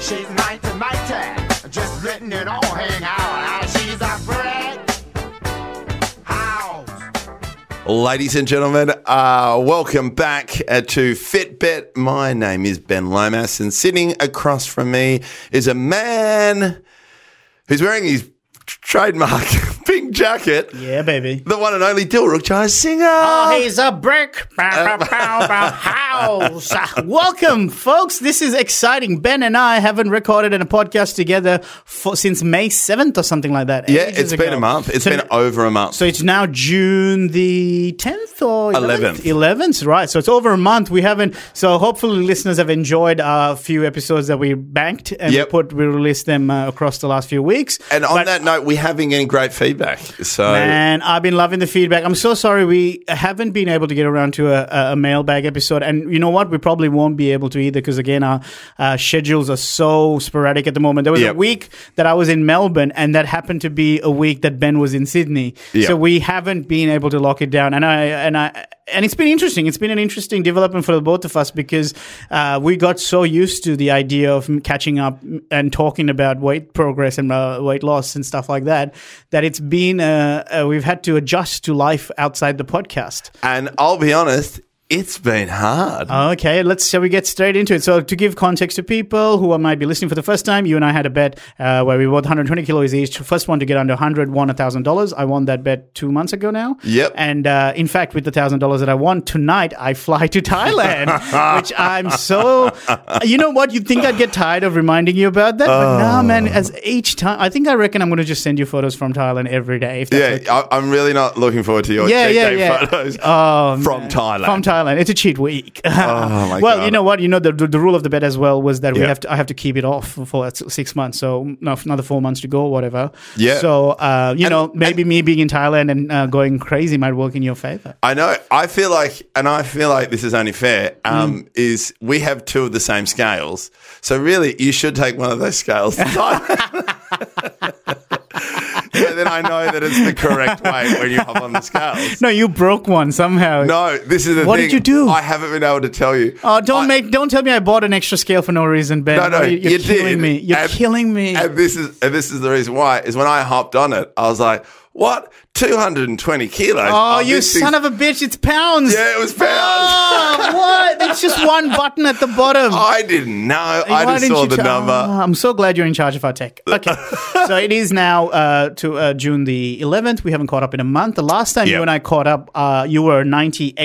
She's nine to my ten. Just written it all, hang out. Ah, She's a friend. House. Ladies and gentlemen, uh, welcome back uh, to Fitbit. My name is Ben Lomas, and sitting across from me is a man who's wearing his trademark pink jacket, Yeah, baby. the one and only Dilruk Jai Singer. Oh, he's a brick. Bow, bow, bow, bow, house. Welcome, folks. This is exciting. Ben and I haven't recorded in a podcast together for, since May 7th or something like that. yeah, ages it's been ago. a month. It's So- been over a month. So it's now June the 10th or 11th. 11th? 11th, right. So it's over a month. We haven't, so hopefully listeners have enjoyed our few episodes that we banked and Yep. we put, we released them uh, across the last few weeks. and on But- that note, we're having any great feedback. So Man, I've been loving the feedback. I'm so sorry we haven't been able to get around to a, a- a mailbag episode. And you know what? We probably won't be able to either because, again, our uh, schedules are so sporadic at the moment. There was Yep. a week that I was in Melbourne, and that happened to be a week that Ben was in Sydney. Yep. So we haven't been able to lock it down. And I, and I, and it's been interesting. It's been an interesting development for the both of us because uh, we got so used to the idea of m- catching up and talking about weight progress and uh, weight loss and stuff like that that it's been uh, uh, we've had to adjust to life outside the podcast. and I'll be honest, it's been hard. Okay, let's shall we get straight into it. So to give context to people who might be listening for the first time, you and I had a bet uh, where we bought 120 kilos each. First one to get under 100 won thousand dollars. I won that bet two months ago now. Yep. And uh, in fact, with the thousand dollars that I won tonight, I fly to Thailand, which I'm so. uh, You know what? You'd think I'd get tired of reminding you about that, Oh. but nah, man. As each time, I think I reckon I'm going to just send you photos from Thailand every day. If that's yeah, I, I'm really not looking forward to your Yeah, cheat yeah, day yeah. Oh, photos from Thailand. From Thailand, it's a cheat week. Oh my well, God. you know what? You know the, the rule of the bet as well was that we Yeah. have to I have to keep it off for- for s- six months, so no, another four months to go, or whatever. Yeah. So uh, you know, maybe me being in Thailand and uh, going crazy might work in your favor. I know. I feel like, and I feel like this is only fair. Um, Mm. Is we have two of the same scales, so really you should take one of those scales. to Thailand. so then I know that it's the correct way when you hop on the scales. No, you broke one somehow. No, this is the What thing. did you do? I haven't been able to tell you. Oh, don't I- make! Don't tell me I bought an extra scale for no reason, Ben. No, no, Oh, you- you're you killing did. me. You're And- killing me. And this is and this is the reason why is when I hopped on it, I was like, "What? Two hundred and twenty kilos? oh, you this son of thing's- a bitch! It's pounds. yeah, it was pounds." Oh, Oh, what? It's just one button at the bottom. I didn't know. Why I just didn't saw you the ch- number. Ah, I'm so glad you're in charge of our tech. Okay, so it is now uh, to uh, June the 11th. We haven't caught up in a month. The last time Yep. you and I caught up, uh, you were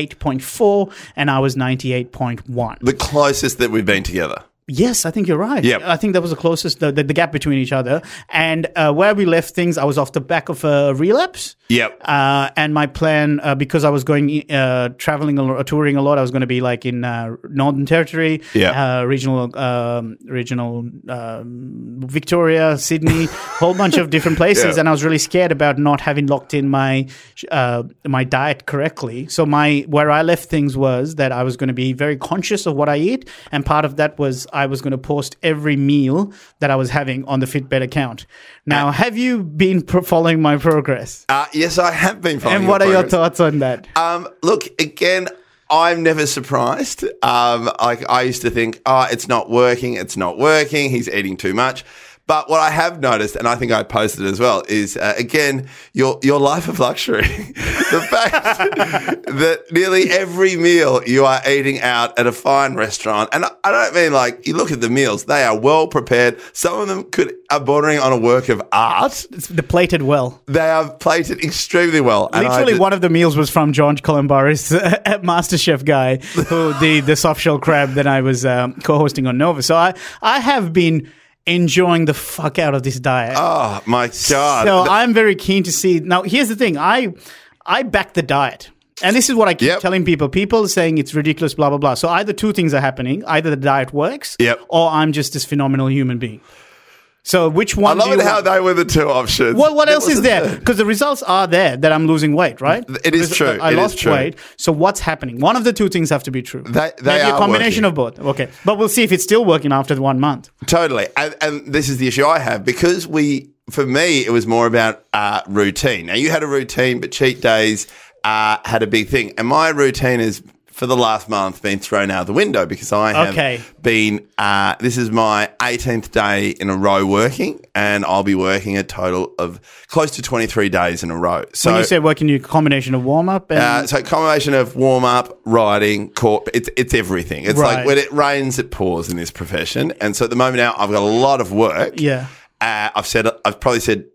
98.4 and I was 98.1. the closest that we've been together. Yes, I think you're right. Yep. I think that was the closest, the, the, the gap between each other. And uh, where we left things, I was off the back of a relapse. Yep. Uh, and my plan, uh, because I was going uh, traveling a lot, touring a lot, I was going to be like in uh, Northern Territory, Yeah. uh, regional, um, regional um, Victoria, Sydney, whole bunch of different places, Yeah. and I was really scared about not having locked in my uh, my diet correctly. So my where I left things was that I was going to be very conscious of what I eat, and part of that was I was going to post every meal that I was having on the Fitbit account. Now, have you been pro- following my progress? Uh, yes, I have been following. And what are your progress. thoughts on that? Um, look, again, I'm never surprised. Um, like I used to think, oh, it's not working, it's not working, he's eating too much. But what I have noticed, and I think I posted as well, is uh, again your your life of luxury. the fact that nearly every meal you are eating out at a fine restaurant, and I- I don't mean like you look at the meals; they are well prepared. Some of them could are bordering on a work of art. It's the plated well. They are plated extremely well. And I Literally, ju- one of the meals was from John Columbaris, uh, MasterChef guy, who the the soft shell crab that I was um, co-hosting on Nova. So I I have been enjoying the fuck out of this diet. Oh my god! so I'm very keen to see. Now, here's the thing: I I back the diet, and this is what I keep Yep. telling people. People are saying it's ridiculous, blah blah blah. So either two things are happening: either the diet works, Yep. or I'm just this phenomenal human being. So which one? I do love you it how want? they were the two options. What, what It else is wasn't there? Because the results are there that I'm losing weight, right? It is true. I It is lost true. weight. So what's happening? One of the two things have to be true. They- they Maybe are a combination of both. Okay. But we'll see if it's still working after the one month. Totally. And, and this is the issue I have because we, for me, it was more about uh, routine. Now, you had a routine, but cheat days uh, had a big thing. And my routine is for the last month been thrown out the window because I have Okay. been. Uh, this is my 18th day in a row working, and I'll be working a total of close to 23 days in a row. So When you say working, you combination of warm up and uh, so combination of warm up, riding, court. It's it's everything. It's Right. like when it rains, it pours in this profession. And so at the moment now, I've got a lot of work. Yeah. uh, I've said I've probably said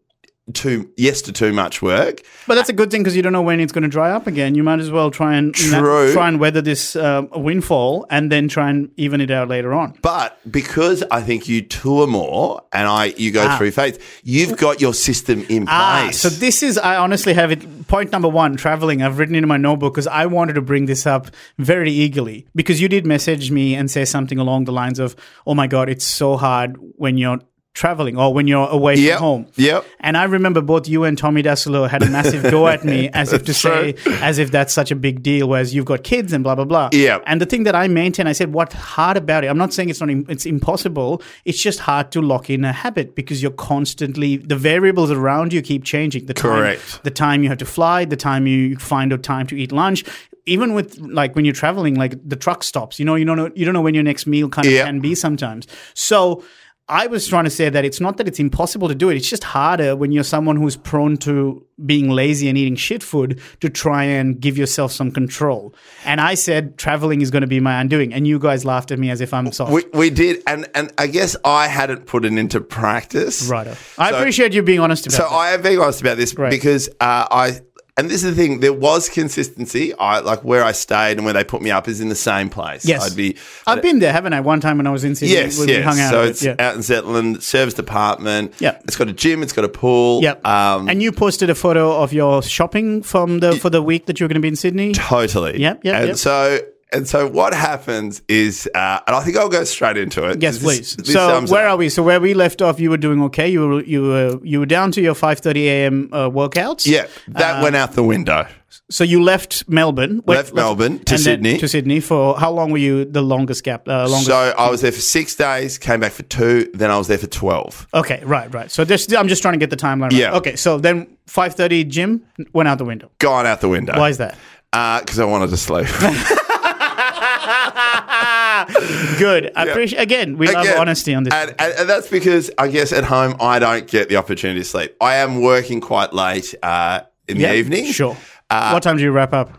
too yes to too much work. But that's a good thing because you don't know when it's going to dry up again. You might as well try and you know, True. try and weather this um, windfall and then try and even it out later on. But because I think you tour more and I you go through phases, you've got your system in Ah, place. so this is I honestly have it. Point number one, traveling. I've written in my notebook because I wanted to bring this up very eagerly because you did message me and say something along the lines of, "Oh my god, it's so hard when you're." Traveling or when you're away Yep, from home. yep. And I remember both you and Tommy Dasilo had a massive go at me as if to say, as if that's such a big deal, whereas you've got kids and blah, blah, blah. Yep. And the thing that I maintain, I said, what's hard about it? I'm not saying it's not, im- it's impossible. It's just hard to lock in a habit because you're constantly, the variables around you keep changing. The Correct. Time, the time you have to fly, the time you find a time to eat lunch. Even with like when you're traveling, like the truck stops, you know, you don't know, you don't know when your next meal kind of Yeah. can be sometimes. So I was trying to say that it's not that it's impossible to do it. It's just harder when you're someone who's prone to being lazy and eating shit food to try and give yourself some control. And I said traveling is going to be my undoing, and you guys laughed at me as if I'm soft. we, we did, and and I guess I hadn't put it into practice. Righto. I So- appreciate you being honest about So that. I am being honest about this Right. because uh, I and this is the thing. There was consistency. I like where I stayed and where they put me up is in the same place. Yes. I'd be. I've been there, haven't I? One time when I was in Sydney, Yes, we, we yes. hung out. so a bit, it's yeah. out in Zetland, service department. Yep. It's got a gym. It's got a pool. Yep. Um, and you posted a photo of your shopping from the for the week that you were going to be in Sydney. totally. Yep, yep, And yep. so. And so what happens is, uh, and I think I'll go straight into it. Yes, This- please. this so sums it where up. are we? So where we left off, you were doing okay. You were you were you were down to your five thirty a.m. Uh, workouts. Yeah, that went out the window. So you left Melbourne. Uh, Wait, Left Melbourne to and then Sydney. To Sydney for how long were you? The longest gap. Uh, longest. So I was there for six days, came back for two, then I was there for 12. okay. Right. Right. So this, I'm just trying to get the timeline. Right. Yeah. Okay. So then five thirty gym went out the window. Gone out the window. Why is that? Because I wanted to sleep. Good. I appreciate. Again, we love Again, honesty on this. And, and, and that's because I guess at home I don't get the opportunity to sleep. I am working quite late uh, in Yeah, the evening. Sure. what time do you wrap up?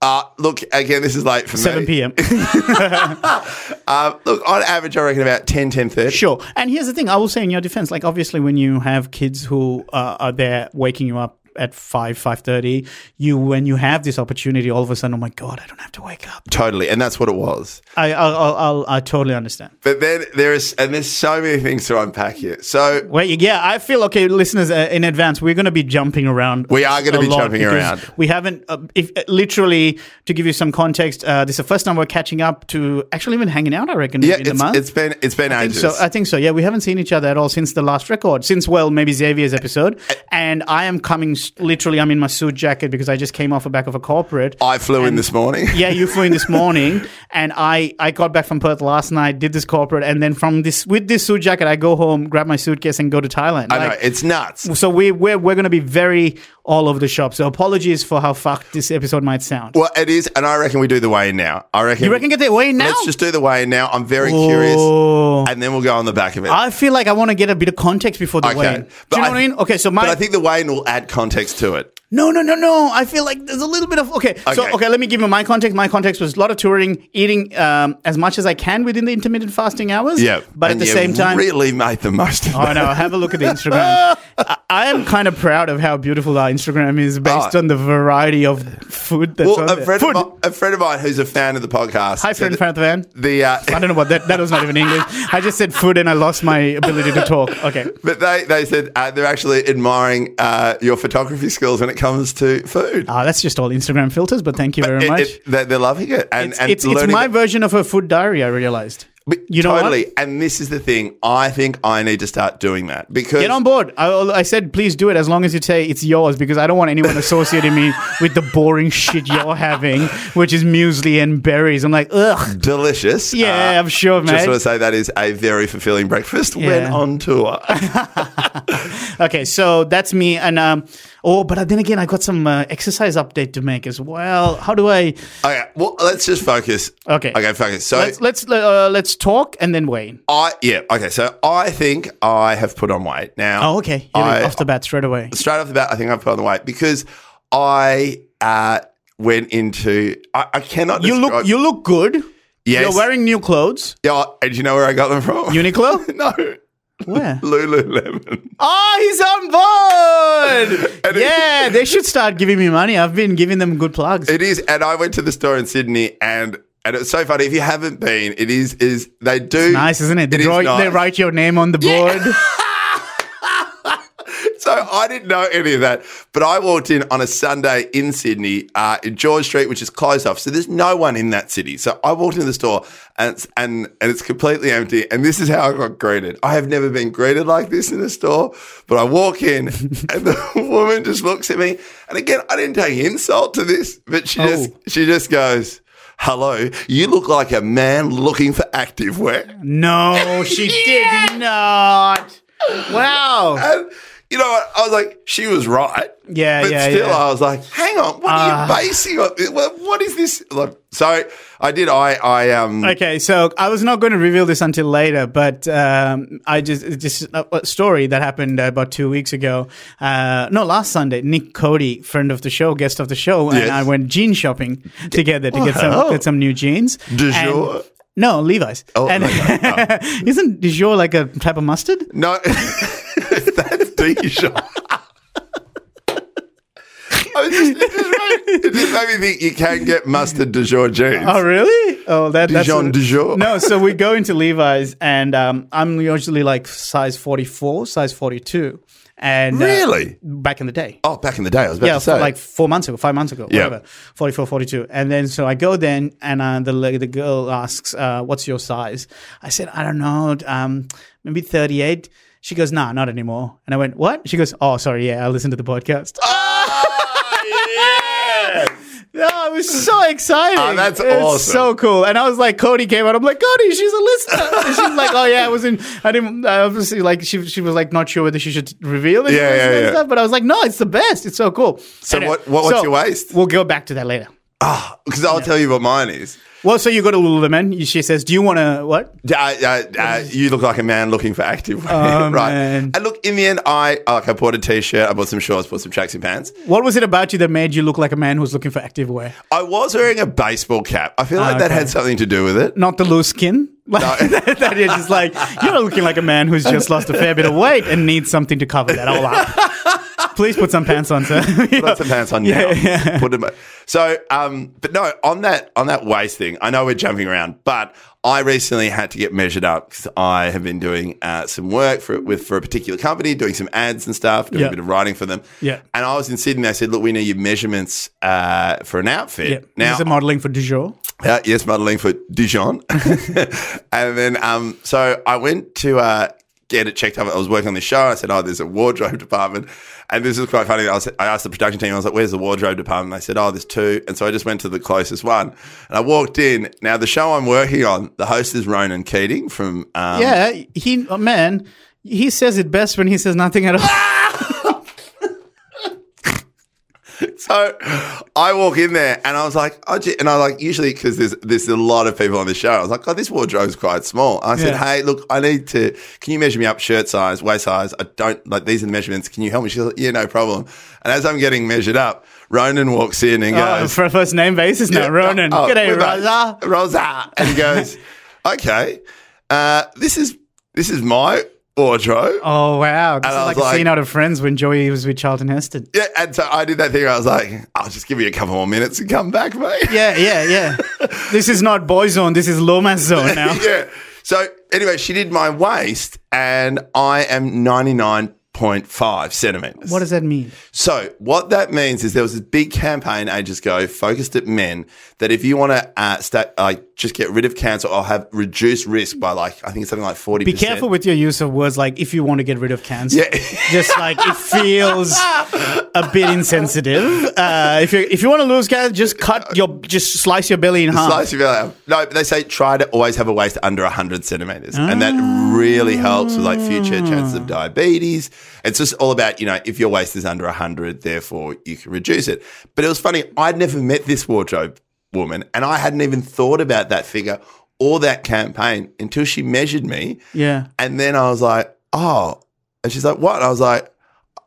Uh, look, again, this is late for me. 7 p.m. Uh, look, on average, I reckon about 10, 10.30. sure. And here's the thing I will say in your defense, like obviously when you have kids who uh, are there waking you up at 5, 5.30, you, when you have this opportunity, all of a sudden, oh my God, I don't have to wake up. Totally. And that's what it was. I, I'll, I'll, I'll, I totally understand. But then there is, and there's so many things to unpack here. So Wait, yeah, I feel okay, listeners. Uh, in advance, we're going to be jumping around. We are gonna a be lot jumping because around. We haven't, uh, if uh, literally, to give you some context, uh, this is the first time we're catching up to actually even hanging out. I reckon. yeah, in the it's, month. it's been it's been think ages. so. I think so. Yeah, we haven't seen each other at all since the last record, since well, maybe Xavier's episode. And I am coming s- literally. I'm in my suit jacket because I just came off the back of a corporate. I, flew in this morning. yeah, you flew in this morning, and I I got back from Perth last night, did this corporate, and then from this with this suit jacket, I go home, grab my suitcase, and go to Thailand. I know Like, it's nuts. so we we're, we're going to be very all over the shop. So apologies for how fucked this episode might sound. Well, it is, and I reckon we do the way in now. I reckon you reckon get that way now? Let's just do the way in now. I'm very Oh. curious, and then we'll go on the back of it. I feel like I want to get a bit of context before the Okay. weigh-in. Do But you know I- what I mean? Okay, so my but I think the way in will add context to it. No, no, no, no. I feel like there's a little bit of okay. So Okay. okay, let me give you my context. My context was a lot of touring, eating um, as much as I can within the intermittent fasting hours. Yeah, but And at the you same time. really made the most of Oh it. no! Have a look at the Instagram. I, I am kind of proud of how beautiful our Instagram is, based Oh. on the variety of food that's on Well, a there. friend, food. of mi- a friend of mine who's a fan of the podcast. Hi, said friend, that fan of the van. The uh, I don't know what that. That was not even English. I just said food, and I lost my ability to talk. Okay. But they, they said uh, they're actually admiring uh, your photography skills when it comes to food. Ah, that's just all Instagram filters. But thank you very It- much. it- they're, they're loving it. And, it's, and it's, it's learning my it. version of a food diary. I realized. But You know what? totally. And this is the thing. I think I need to start doing that because Get on board. I, I said, please do it as long as you say it's yours because I don't want anyone associating me with the boring shit you're having, which is muesli and berries. I'm like, ugh. delicious. uh, Yeah, I'm sure, Just mate. want to say that is a very fulfilling breakfast when Yeah. on tour. Okay, so that's me. And um, Oh, but then again, I got some uh, exercise update to make as well. How do I? Okay, well, let's just focus. Okay. Okay, focus. So Let's let's uh, let's talk and then weigh. I yeah okay. So I think I have put on weight now. Oh, okay. Hit it I- off the bat straight away. straight off the bat, I think I've put on the weight because I uh, went into I, I cannot. You describe- look you look good. Yes. You're wearing new clothes. Yeah, and do you know where I got them from? Uniqlo. no, Where? Lululemon. Oh, he's on board. And it- yeah, they should start giving me money. I've been giving them good plugs. It is, and I went to the store in Sydney, and and it's so funny. If you haven't been, it is is they do nice, isn't it? They, is draw, they nice. write your name on the board. So I didn't know any of that, but I walked in on a Sunday in Sydney, uh, in George Street, which is closed off. So there's no one in that city. So I walked into the store, and it's, and and it's completely empty. And this is how I got greeted. I have never been greeted like this in a store, but I walk in, and the woman just looks at me. And again, I didn't take insult to this, but she just Oh. she just goes. Hello, you look like a man looking for activewear. No, she did not. Wow. And you know what? I was like, she was right. Yeah, But yeah, still, yeah. Ah. I was like, "Hang on, what are you basing on? What, what is this?" Like, so I did. I, I, um, Okay, so I was not going to reveal this until later, but um, I just it's just a a story that happened about two weeks ago. Uh, no, last Sunday, Nick Cody, friend of the show, guest of the show, and Yes. I went jean shopping together to get some Wow. get some new jeans. Du And- jour? No, Levi's. Oh, and okay, isn't du jour like a type of mustard? no, that's D shot. I was just, it, just made, it just made me think you can get mustard du jour jeans. Oh, really? Oh, that, that's Dijon du jour. No, so we go into Levi's, and um, I'm usually like size 44, size 42, and uh, Really? back in the day. Oh, back in the day, I was about Yeah, to say, like four months ago, five months ago, Yeah. whatever, 44, 42. And then, so I go then, and uh, the la- the girl asks, uh, What's your size? I said, I don't know, um, maybe 38. She goes, Nah, not anymore. And I went, What? She goes, Oh, sorry, yeah, I listened to the podcast. Ah, yeah. Oh, it was so exciting. Oh, that's It was awesome. So cool. And I was like, Cody came out. I'm like, Cody, she's a listener. And she's like, oh yeah, I was in. I didn't. I obviously, like, she she was like not sure whether she should reveal it. Yeah, yeah, and yeah. Stuff, but I was like, no, it's the best. It's so cool. So what- what- what's your waist? We'll go back to that later. Because I'll tell you what mine is. Well, so you go to Lululemon. You- She says, do you want to what? Uh, uh, uh, you look like a man looking for active wear, Oh, right? man. And look, in the end, I like I bought a t-shirt, I bought some shorts, bought some tracksuit pants. What was it about you that made you look like a man who's looking for active wear? I was wearing a baseball cap. I feel like that okay. had something to do with it. Not the loose skin. Like, that is just like you're looking like a man who's just lost a fair bit of weight and needs something to cover that all up. Please put some pants on, sir. Put some pants on now. Put them- So, um, but no, on that on that waist thing, I know we're jumping around, but I recently had to get measured up because I have been doing uh, some work for with for a particular company, doing some ads and stuff, doing Yeah. a bit of writing for them. Yeah. And I was in Sydney. They said, "Look, we need your measurements uh, for an outfit." Yeah. Now, this is modeling for Dijon. Uh, yes, modeling for Dijon. and then, um, so I went to uh, get it checked up. I was working on the show. I said, Oh, there's a wardrobe department. And this is quite funny. I, was, I asked the production team, I was like, Where's the wardrobe department? They said, Oh, there's two. And so I just went to the closest one. And I walked in. Now, the show I'm working on, the host is Ronan Keating from. Um, yeah, he oh, man, he says it best when he says nothing at all. So I walk in there and I was like, oh, gee. and I like usually because there's there's a lot of people on the show. I was like, oh, this wardrobe's quite small. I said, Yeah. hey, look, I need to. Can you measure me up shirt size, waist size? I don't like these are the measurements. Can you help me? She's like, yeah, no problem. And as I'm getting measured up, Ronan walks in and Oh, goes, for a first name basis now, Ronan. Oh, G'day, we're both- Raza. Rosa, and he goes, okay, uh, this is this is my wardrobe. Oh wow, this I is was like, like- a scene out of Friends when Joey was with Charlton Heston. Yeah, and so I did that thing. Where I was like, I'll just give you a couple more minutes and come back, mate. Yeah, yeah, yeah. this is not boy zone. This is Lomas zone now. yeah. So anyway, she did my waist, and I am ninety nine point five centimeters. What does that mean? So what that means is there was this big campaign ages ago focused at men that if you want to uh, sta- like just get rid of cancer or have reduced risk by like I think it's something like forty. Be careful with your use of words like if you want to get rid of cancer. Yeah. Just like it feels a bit insensitive. Uh, if you if you want to lose cancer, just cut your just slice your belly in half. Slice your belly up. No, but they say try to always have a waist under 100 centimeters. And that really helps with like future chances of diabetes. It's just all about, you know, if your waist is under 100, therefore you can reduce it. But it was funny. I'd never met this wardrobe woman and I hadn't even thought about that figure or that campaign until she measured me. Yeah. And then I was like, oh. And she's like, what? And I was like,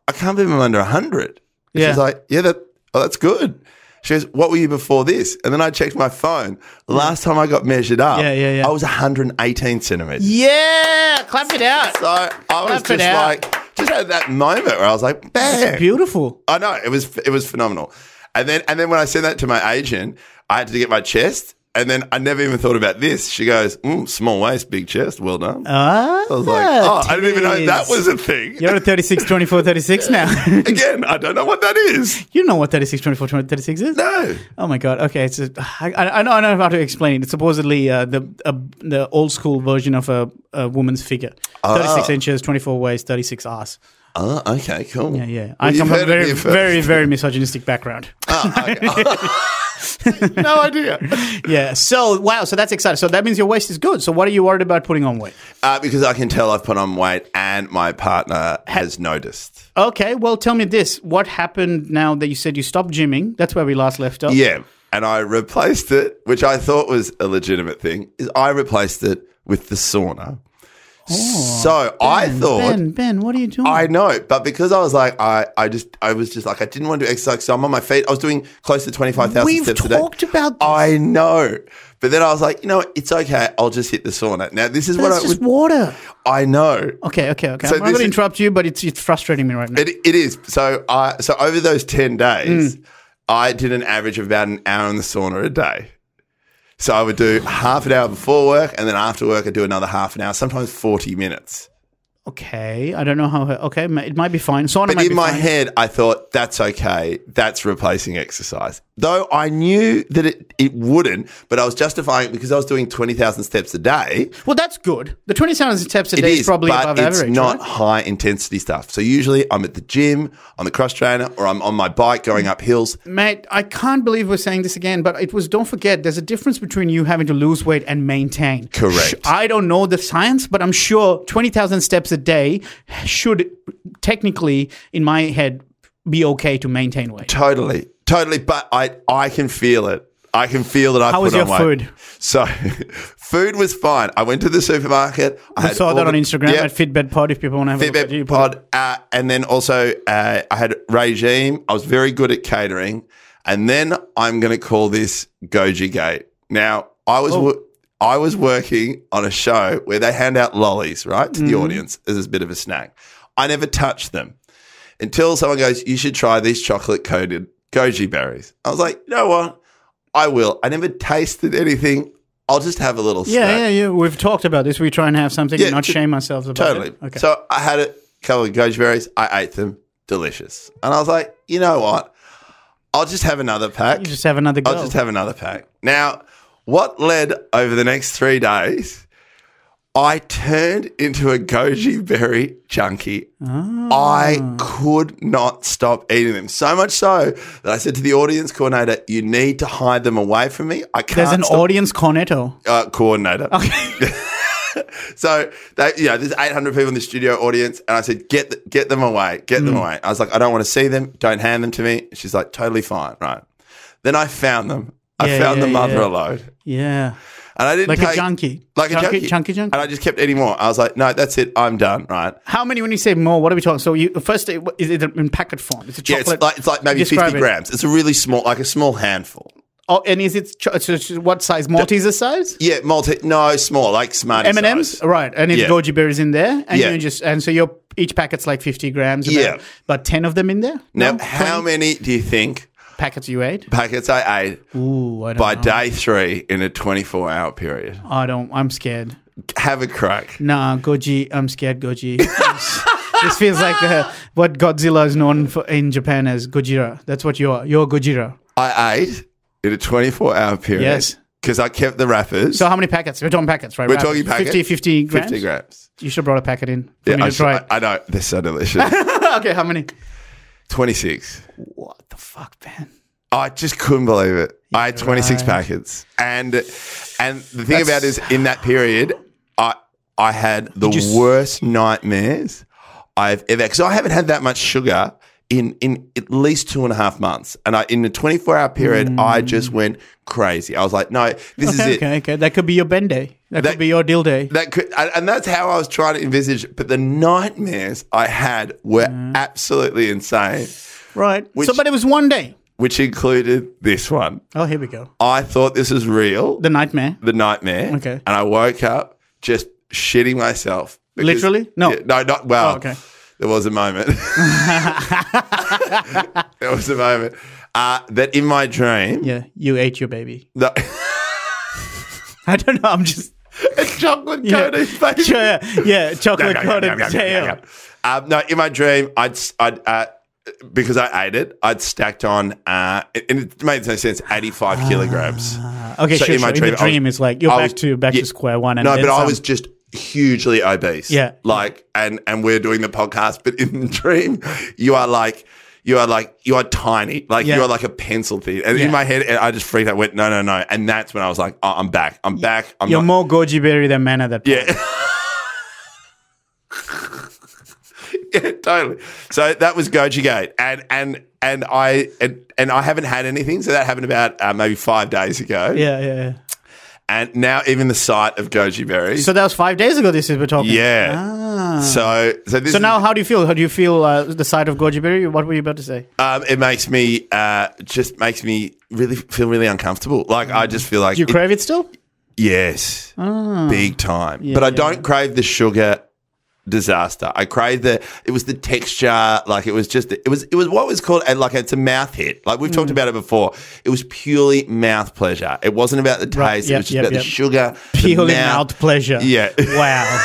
I can't believe I'm under 100. And Yeah. She's like, yeah, that, oh, that's good. She goes, what were you before this? And then I checked my phone. Last time I got measured up, Yeah, yeah, yeah. I was 118 centimeters. Yeah, clap it out. So I was Clap it just out. like, just had that moment where I was like, bang. Beautiful. I know it was it was phenomenal. And then and then when I sent that to my agent, I had to get my chest. And then I never even thought about this. She goes, mm, small waist, big chest. Well done. Ah, I was like, oh, I didn't even know that was a thing. You're at 36, 24, 36 now. Again, I don't know what that is. you know what 36, 24, 20, 36 is? No. Oh my god! Okay, it's a, I, I, I know I know how to explain it. It's supposedly uh, the a, the old school version of a, a woman's figure. Ah. Thirty six inches, twenty four waist, thirty six ass. Oh, okay, cool. Yeah, yeah. Well, I you've come from a heard of very me first. Ah. very very misogynistic background. no idea. yeah. So wow. So that's exciting. So that means your waist is good. So what are you worried about putting on weight? Uh, because I can tell I've put on weight, and my partner has noticed. Okay. Well, tell me this. What happened now that you said you stopped gymming? That's where we last left off. Yeah. And I replaced it, which I thought was a legitimate thing, is I replaced it with the sauna. Oh, so I Ben, thought Ben, Ben, what are you doing? I know, but because I was like, I, I just, I was just like, I didn't want to do exercise, so I'm on my feet. I was doing close to twenty five thousand We've steps a day. talked about this. I know, but then I was like, you know, what? it's okay. I'll just hit the sauna. Now this is That's what I just would. water. I know. Okay, okay, okay. So I'm not going this to is- interrupt you, but it's it's frustrating me right now. It, it is. So I so over those ten days, Hmm. I did an average of about an hour in the sauna a day. So I would do half an hour before work, and then after work, I'd do another half an hour, sometimes forty minutes. Okay, I don't know how. Her, okay, ma- it might be fine. Sauna But might be in my fine. head, I thought that's okay. That's replacing exercise. Though I knew that it, it wouldn't, but I was justifying it because I was doing twenty thousand steps a day. well, that's good. The twenty thousand steps a It day is, is, probably but above it's average. not right? high intensity stuff. So usually I'm at the gym, I'm the cross trainer, or I'm on my bike going up hills. mate. I can't believe we're saying this again, but it was. Don't forget, there's a difference between you having to lose weight and maintain. Correct. Sh- I don't know the science, but I'm sure twenty thousand steps a day should technically, in my head, be okay to maintain weight. Totally, totally. But I, I can feel it. I can feel that I How put was on your weight. food? So, food was fine. I went to the supermarket. I I had saw all that the- on Instagram Yeah, at Fitbed Pod. If people want to have a look at you, Fitbit Pod, uh, and then also uh, I had regime. I was very good at catering, and then I'm going to call this Goji Gate. Now I was. Oh. wo- I was working on a show where they hand out lollies, right, to the Mm-hmm. audience as a bit of a snack. I never touched them until someone goes, You should try these chocolate coated goji berries. I was like, You know what? I will. I never tasted anything. I'll just have a little Yeah, snack. yeah, yeah. We've talked about this. We try and have something Yeah, and not t- shame ourselves about Totally. it. Okay. So I had a couple of goji berries. I ate them. Delicious. And I was like, you know what? I'll just have another pack. you just have another go. I'll just have another pack. Now, what led over the next three days? I turned into a goji berry junkie. Ah. I could not stop eating them. So much so that I said to the audience coordinator, "You need to hide them away from me. I can't." There's an stop audience cornetto. uh, coordinator. so they, you know, there's 800 people in the studio audience, and I said, "Get th- get them away, get Mm. them away." I was like, "I don't want to see them. Don't hand them to me." She's like, "Totally fine, right?" Then I found them. I Yeah, found yeah, the mother yeah. alone, Yeah. and I didn't Like a take- junkie. like Junkie, Uh, a junkie, junkie, junkie. And I just kept eating more. I was like, "No, that's it. I'm done." Right? How many, when you say more, what are we talking? So, you first, it- is it in packet form? Is it Yeah, chocolate? it's like it's like maybe Describe 50 it. grams. It's a really small, like a small handful. Oh, and is it cho- so it's what size? Malteser size? Yeah, multi. No, small, like Smarties. M and M's, right? And it's Yeah. goji berries in there, and Yeah. you just and so your each packet's like fifty grams. about- Yeah. about ten of them in there. Now, No? how 20 many do you think packets you ate? packets I ate Ooh, I don't. by know. day three in a 24 hour period. I don't. I'm scared. Have a crack. Nah, Goji, I'm scared, Goji. this feels like uh, what Godzilla is known for in Japan as Gojira. That's what you are. You're Gojira. I ate in a 24 hour period. Yes. because I kept the wrappers. So how many packets? We're talking packets, right? We're Right. talking packets. 50, 50 grams. 50 grams. You should have brought a packet in for Yeah, me I, to try. I, I know. They're so delicious. okay, how many? 26. What the fuck, man? I just couldn't believe it. I had 26 packets. And and the thing about it is in that period, I I had the just- worst nightmares I've ever because I haven't had that much sugar in in at least two and a half months. And I in a 24 hour period, I just went crazy. I was like, no, this is Mm. Okay, it. okay, okay. That could be your bend day. That, That- could be your deal day. That could, and and that's how I was trying to envisage. But the nightmares I had were Mm. absolutely insane, right. which- so, but it was one day. which included this one. Oh, here we go. I thought this was real, The the, nightmare. nightmare. Okay. And I woke up just shitting myself. because- Literally? No. Yeah, no, not well. Oh, okay. There was a moment. there was a moment uh, that in my dream, Yeah, you ate your baby. the, I don't know. I'm just. a chocolate Yeah, coated baby. yeah, yeah, chocolate Yum, yum, yum, coated yum, yum, yum, tail. yum. Um, no, in my dream, I'd, I'd uh, because I ate it, I'd stacked on, uh, and it made no sense, 85 kilograms. Ah. Okay, So sure, in sure. my In dream, the I was- dream, it's like you're I back was- to back yeah. to square one. And no, then but I some. was just hugely obese. Yeah. Like, and, and we're doing the podcast, but in the dream, you are like, you are like, you are tiny. Like, Yeah. you are like a pencil thin. And Yeah. in my head, I just freaked out, went, no, no, no. And that's when I was like, oh, I'm back. I'm back. I'm You're not- more goji berry than man at that point. Yeah. yeah, totally. So that was Goji Gate, and and and I and, and I haven't had anything. So that happened about uh, maybe five days ago. Yeah, yeah, yeah. And now even the sight of Goji Berry. So that was five days ago. This is we're talking. yeah. Ah. So so this So now, is, how do you feel? How do you feel uh, the sight of goji berry? What were you about to say? um, it makes me uh, just makes me really feel really uncomfortable. Like I just feel like Do you it- crave it still? Yes. Big time. but I Ah. yeah. don't crave the sugar disaster. I crave the it was the texture, like it was just it was it was what was called and like it's a mouth hit. Like we've Mm. talked about it before. It was purely mouth pleasure. It wasn't about the taste, Right. it Yep, was just yep, about yep. the sugar. the Purely mouth pleasure. Yeah. Wow.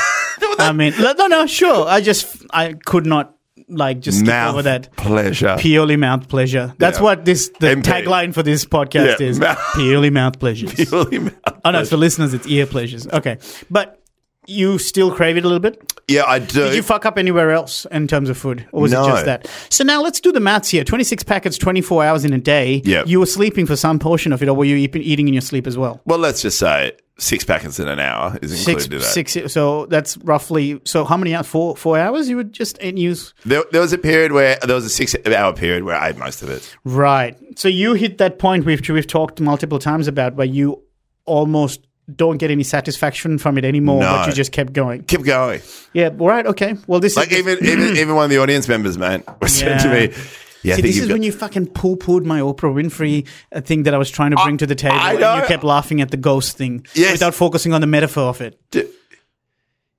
I mean, no, no, no, sure. I just, I could not like just skip mouth over that. pleasure. Purely mouth pleasure. That's Yeah. what this the MP. tagline for this podcast Yeah, is. mouth- Purely mouth pleasures. Purely mouth. oh no, for listeners, it's ear pleasures. Okay, but you still crave it a little bit. Yeah, I do. Did you fuck up anywhere else in terms of food, or was No. it just that? So now let's do the maths here. Twenty-six packets, twenty-four hours in a day. Yep. you were sleeping for some portion of it, or were you eat- eating in your sleep as well? well, let's just say six packets in an hour is included Six, in that. six. So that's roughly. So how many hours? Four, four hours. You would just and use There, there was a period where there was a six hour period where I ate most of it. right. So you hit that point which we've talked multiple times about, where you almost don't get any satisfaction from it anymore, No. but you just kept going. Keep going. Yeah. Right. Okay. Well, this Like is even even even one of the audience members, man, was saying to Yeah. me, "Yeah, I See, think this you've is got- when you fucking poo pooed my Oprah Winfrey uh, thing that I was trying to bring to the table. I and know. you kept laughing at the ghost thing Yes. without focusing on the metaphor of it. D-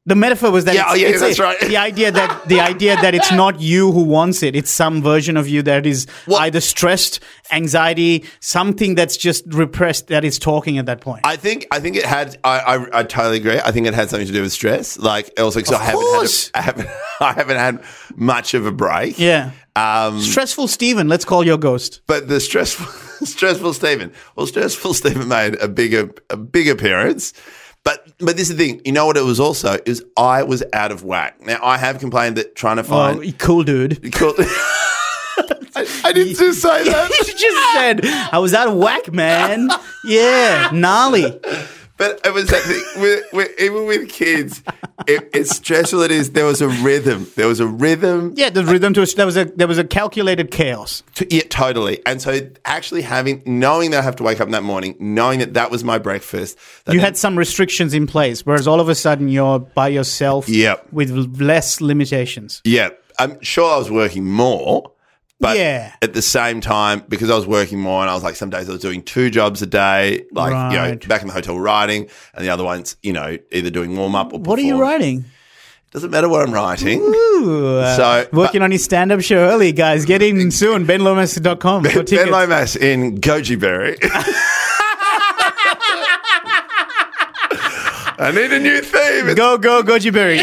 The metaphor was that Yeah, it's, oh, yeah, it's that's a- right. the idea that the idea that it's not you who wants it; it's some version of you that is Well- either stressed, anxiety, something that's just repressed that is talking at that point. I think I think it had. I, I I totally agree. I think it had something to do with stress. Like also because I haven't course. had a, I haven't I haven't had much of a break. yeah, Um, stressful Stephen. Let's call your ghost. but the stressful stressful Stephen. Well, stressful Stephen made a bigger a big appearance. But but this is the thing. You know what it was also is I was out of whack. Now I have complained that trying to Oh, find. cool dude. Cool. I, I didn't just say that. you just said I was out of whack, man. Yeah, gnarly. But it was that thing, with, with, even with kids, it, it's stressful. It is. There was a rhythm. There was a rhythm. Yeah, the rhythm to it. There was a there was a calculated chaos. To, yeah, totally. And so, actually, having knowing that I have to wake up that morning, knowing that that was my breakfast. That You had some restrictions in place, whereas all of a sudden you're by yourself. Yep. with less limitations. Yeah, I'm sure I was working more, but Yeah. at the same time, because I was working more, and I was like, some days I was doing two jobs a day, like you know, Right. back in the hotel writing, and the other ones, you know, either doing warm up or What are you perform. writing? Doesn't matter what I'm writing. Ooh, uh, So- working on his stand-up show early, guys. Get in soon. BenLomas.com for tickets. Ben Lomas in Goji Berry. I need a new theme. It's- Go go Goji Berry.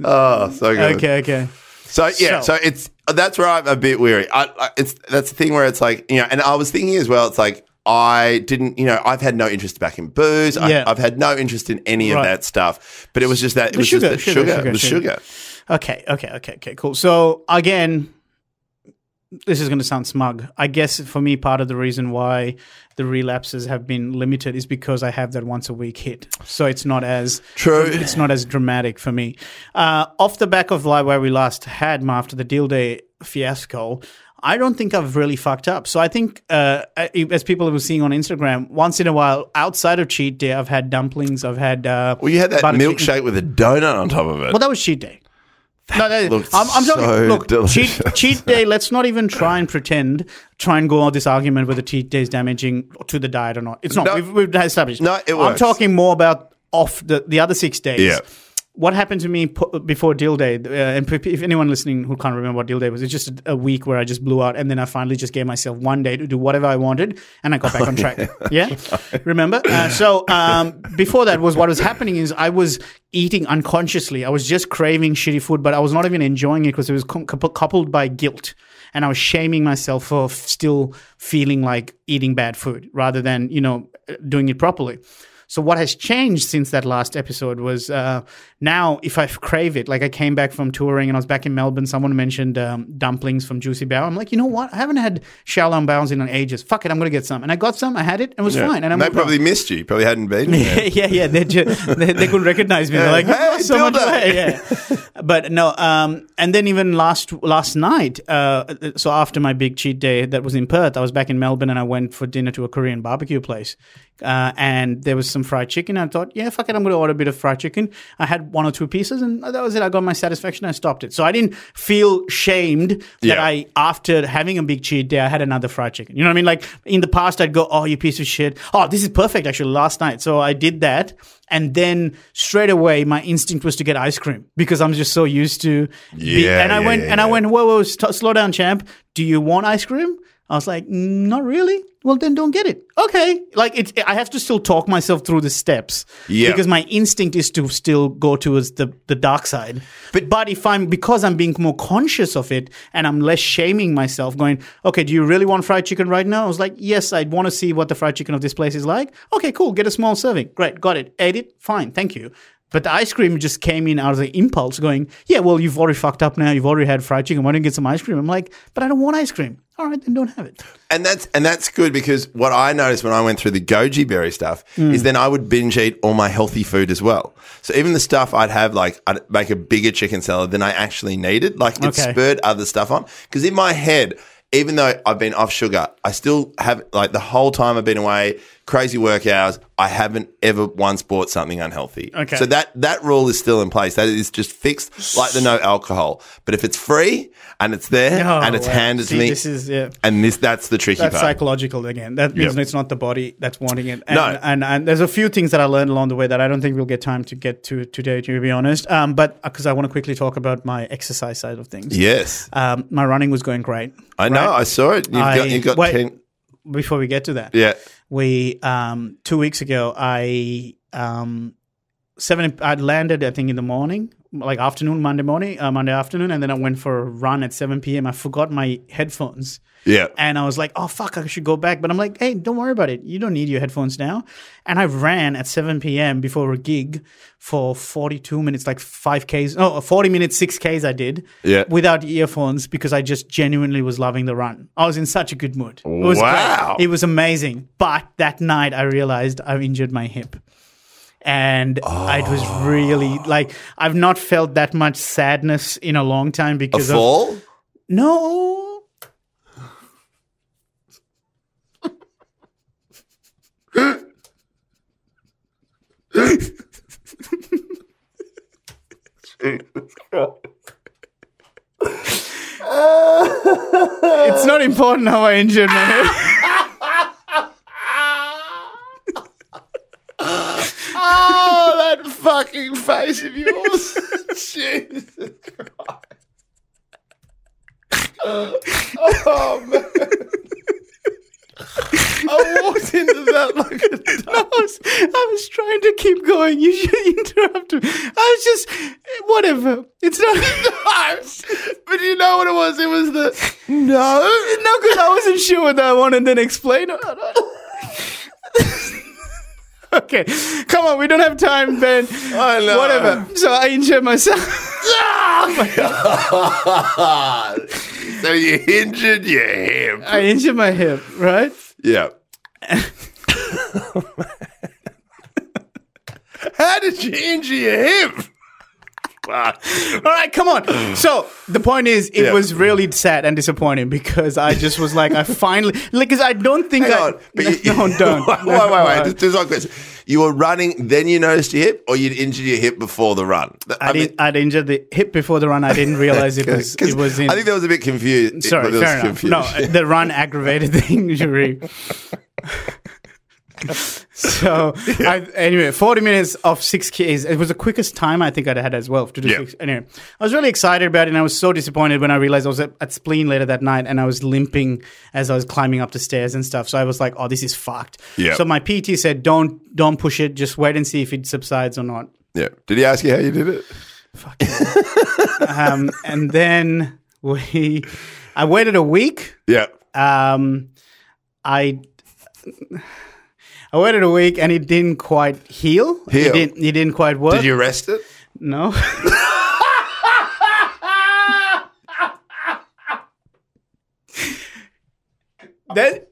Oh, so good. okay, okay. So yeah, so, So- uh, it's that's where I'm a bit weary. I, I it's that's the thing where it's like you know, and I was thinking as well. It's like I didn't, you know, I've had no interest back in booze. Yeah. I, I've had no interest in any of Right. that stuff. But it was just that it was sugar, just that sugar, sugar, sugar, It was sugar. sugar. Okay, okay, okay, okay, cool. So again, this is going to sound smug. I guess for me, part of the reason why the relapses have been limited is because I have that once a week hit. So it's not as True. It's not as dramatic for me. Uh, off the back of like where we last had my after the deal day fiasco. I don't think I've really fucked up. So I think, uh, as people were seeing on Instagram, once in a while, outside of cheat day, I've had dumplings. I've had. Uh, Well, you had that butter chicken milkshake with a donut on top of it. well, that was cheat day. no, that, looked I'm, I'm talking. so look, cheat, delicious. cheat day. Let's not even try and pretend. Try and go on this argument whether cheat day is damaging to the diet or not. It's not. No. we've, we've established. No, it I'm works. talking more about off the, the other six days. Yeah. What happened to me po- before deal day? Uh, and p- if anyone listening who can't remember what deal day was, it's just a, a week where I just blew out, and then I finally just gave myself one day to do whatever I wanted, and I got back on track. Yeah, remember? Uh, so um, before that was what was happening is I was eating unconsciously. I was just craving shitty food, but I was not even enjoying it because it was com- coup- coupled by guilt, and I was shaming myself for f- still feeling like eating bad food rather than you know doing it properly. So what has changed since that last episode was uh, now if I crave it, like I came back from touring and I was back in Melbourne, someone mentioned um, dumplings from Juicy Bao. I'm like, you know what? I haven't had Shaolong Bao's in ages. Fuck it, I'm gonna get some. And I got some. I had it. and It was fine. And, and I'm they probably missed you. Probably hadn't been. there. yeah, yeah. They, ju- they, they couldn't recognize me. They're like, Hey, "You've lost so much dildo." weight." Yeah. But no, um, and then even last last night, uh, so after my big cheat day that was in Perth, I was back in Melbourne and I went for dinner to a Korean barbecue place. Uh, and there was some fried chicken. I thought, yeah, fuck it, I'm going to order a bit of fried chicken. I had one or two pieces and that was it. I got my satisfaction. I stopped it. So I didn't feel shamed that Yeah. I, after having a big cheat day, I had another fried chicken. You know what I mean? Like in the past, I'd go, oh, you piece of shit. Oh, this is perfect actually last night. So I did that. And then straight away, my instinct was to get ice cream because I'm just so used to. be- Yeah, and I yeah, went, yeah, and I yeah. went, whoa, whoa, st- slow down, champ. Do you want ice cream? I was like, "Mm, not really. Well, then don't get it. Okay. Like it's, I have to still talk myself through the steps. Yeah. Because my instinct is to still go towards the, the dark side. But, but if I'm, because I'm being more conscious of it and I'm less shaming myself going, okay, do you really want fried chicken right now? I was like, yes, I want to see what the fried chicken of this place is like. Okay, cool. Get a small serving. Great. Got it. Ate it. Fine. Thank you. But the ice cream just came in out of the impulse going, yeah, well, you've already fucked up now. You've already had fried chicken. Why don't you get some ice cream? I'm like, but I don't want ice cream. All right, then don't have it. And that's and that's good because what I noticed when I went through the goji berry stuff Hmm. is then I would binge eat all my healthy food as well. So even the stuff I'd have like I'd make a bigger chicken salad than I actually needed, like it Okay. spurred other stuff on. Because in my head, even though I've been off sugar, I still have like the whole time I've been away, crazy work hours. I haven't ever once bought something unhealthy. Okay. So that that rule is still in place. That is just fixed, like the no alcohol. But if it's free and it's there Oh, and it's wow. handed See, to me, This is, yeah. and this that's the tricky That's part. psychological again. That means Yeah. it's not the body that's wanting it. And, No. and and there's a few things that I learned along the way that I don't think we'll get time to get to today, to be honest. Um, but because I want to quickly talk about my exercise side of things. yes, Um, my running was going great. I know. I saw it. You've I- got, you've got wait. ten. Before we get to that, Yeah, we um, two weeks ago I um, seven I landed I think in the morning like afternoon Monday morning uh, Monday afternoon and then I went for a run at seven p.m. I forgot my headphones yeah. and I was like oh fuck I should go back but I'm like hey don't worry about it you don't need your headphones now and I ran at seven p.m. before a gig for forty two minutes like five k's oh 40 minutes six k's I did Yeah. without earphones because I just genuinely was loving the run I was in such a good mood it was Wow. great. It was amazing. But that night I realized I've injured my hip. And it was Oh. really like I've not felt that much sadness in a long time a because of fall. no. It's not important how I injured my hip. oh, that fucking face of yours! Jesus Christ! Oh man! I walked into that like a I was, I was trying to keep going. You should interrupt me. I was just, whatever. It's not. no, but you know what it was? It was the no. No, because I wasn't sure whether I wanted to then explain or not. Okay, come on, we don't have time, Ben. I know. Whatever. So I injure myself. so you injured your hip. I injured my hip, right? Yeah. How did you injure your hip? Fuck. All right, come on. So the point is, it Yeah. was really sad and disappointing because I just was like, I finally, like, because I don't think Hang I. on, but you, no, don't. wait, No, wait, wait. no. Just, just one question. You were running, then you noticed your hip, or you'd injured your hip before the run. I did, I'd injured the hip before the run. I didn't realize it was. It was in. I think that was a bit confused. Sorry, there was fair enough. No, confusion. the run aggravated the injury. so I, anyway, forty minutes of six Ks. It was the quickest time I think I'd had as well to do Yeah. six. Anyway, I was really excited about it, and I was so disappointed when I realized I was at, at Spleen later that night, and I was limping as I was climbing up the stairs and stuff. So I was like, "Oh, this is fucked." Yeah. So my PT said, "Don't don't push it. Just wait and see if it subsides or not." Yeah. Did he ask you how you did it? Um, and then we, I waited a week. Yeah. um, I I waited a week and it didn't quite heal. Heal? It didn't. It didn't quite work. Did you rest it? No. then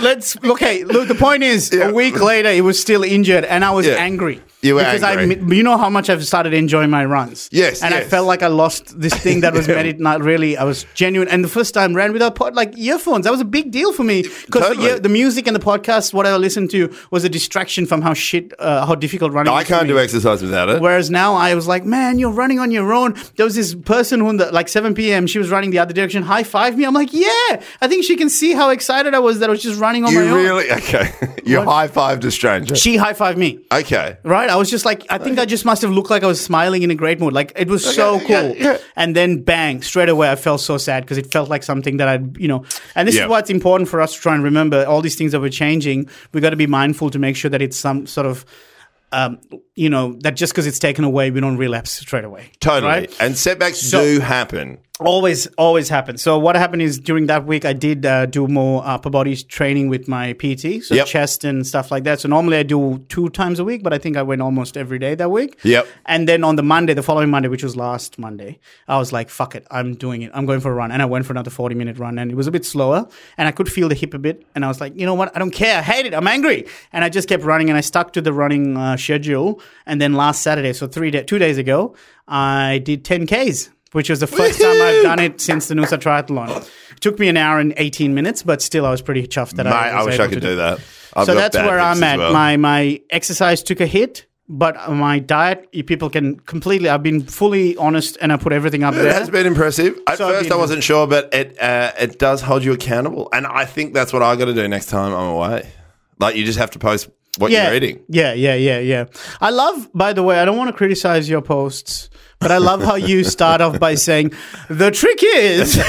let's okay. Look, the point is, Yeah. a week later, it was still injured, and I was Yeah. angry. You were because angry. I, mi- you know how much I've started enjoying my runs. Yes, and I yes. felt like I lost this thing that was meant it not really. I was genuine, and the first time ran without pod, like earphones. That was a big deal for me because Totally. the, music and the podcast, what I listened to, was a distraction from how shit, uh, how difficult running. is I for can't me. do exercise without it. Whereas now I was like, man, you're running on your own. There was this person who, in the, like 7 p.m., she was running the other direction, high five me. I'm like, yeah, I think she can see how excited I was that I was just running on you my own. really okay. you high fived a stranger. She high fived me. okay. Right, I was just like, I think I just must have looked like I was smiling in a great mood. Like it was so Okay, yeah, cool. yeah. And then bang, straight away, I felt so sad because it felt like something that I'd, you know. And this Yeah. is why it's important for us to try and remember all these things that we're changing. We got to be mindful to make sure that it's some sort of, um, you know, that just because it's taken away, we don't relapse straight away. Totally. Right? And setbacks So- do happen. always always happens so what happened is during that week i did uh, do more upper body training with my pt so Yep. chest and stuff like that so normally i do two times a week but i think i went almost every day that week Yep. and then on the monday the following monday which was last monday i was like fuck it i'm doing it i'm going for a run and i went for another 40 minute run and it was a bit slower and i could feel the hip a bit and i was like you know what i don't care i hate it i'm angry and i just kept running and i stuck to the running uh, schedule and then last saturday so three day, two days ago i did 10 ks which was the first time I've done it since the Noosa Triathlon. It took me an hour and 18 minutes, but still I was pretty chuffed that Mate, I was I wish able I to could do that. I've so got that's bad where hips I'm as at. well. My my exercise took a hit, but my diet, if people can completely, I've been fully honest and I put everything up It there. has been impressive. At So first, I beautiful. wasn't sure, but it uh, it does hold you accountable, and I think that's what I got to do next time I'm away. Like you just have to post what yeah, you're eating. yeah, yeah, yeah, yeah. I love. By the way, I don't want to criticize your posts, but I love how you start off by saying, "The trick is."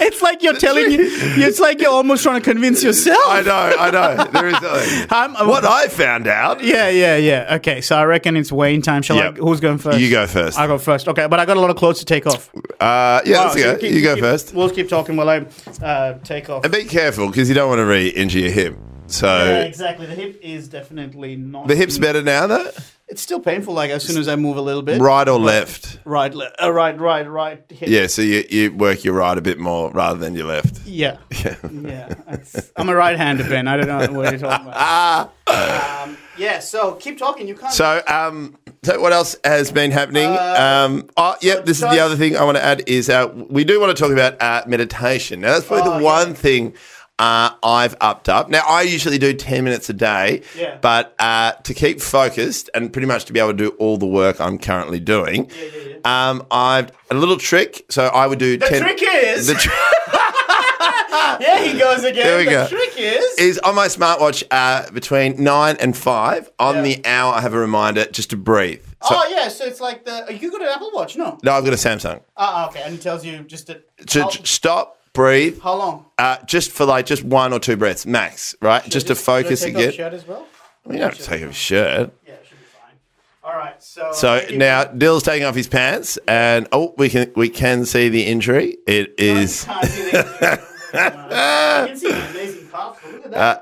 it's like you're telling you. It's like you're almost trying to convince yourself. I know, I know. There is nothing. I'm- I'm- what I found out. Yeah, yeah, yeah. Okay, so I reckon it's Wayne time. Shall Yep. I? Who's going first? You go first. I go first. Okay, but I got a lot of clothes to take off. Uh, yeah, Wow, let's so go. you keep- you go keep- first, We'll keep talking while I uh, take off. and be careful because you don't want to re-injure your hip. So Yeah, exactly. The hip is definitely not. the hip's better now, though. It's still painful. Like as soon as I move a little bit. Right or left? Right. le- uh, right. Right. Right. Hip. Yeah, so you, you work your right a bit more rather than your left. Yeah. Yeah. It's- I'm a right-hander, Ben. I don't know what you're talking about. um, yeah. So keep talking. You can't. So, um, so what else has been happening? Uh, um, oh, yep. This is so- the other thing I want to add is uh, we do want to talk about uh, meditation. Now, that's probably Oh, the one thing uh, I've upped up. Now, I usually do ten minutes a day, Yeah. but uh, to keep focused and pretty much to be able to do all the work I'm currently doing, um, I've a little trick. So I would do the ten. trick is. the trick yeah, he goes again. There we the go. trick is. is on my smartwatch uh, between nine and five on Yeah. the hour. I have a reminder just to breathe. So, oh yeah. So it's like the. You got an Apple Watch? No. No, I've got a Samsung. Ah, okay. And it tells you just that. to how, j- stop, breathe, how long? uh, just for like just one or two breaths max, right? just to Should I focus take off again. Shirt as well. You don't have to take off your shirt. Yeah, it should be fine. All right. So, So now Dill's taking off his pants, and oh, we can we can see the injury. It is uh,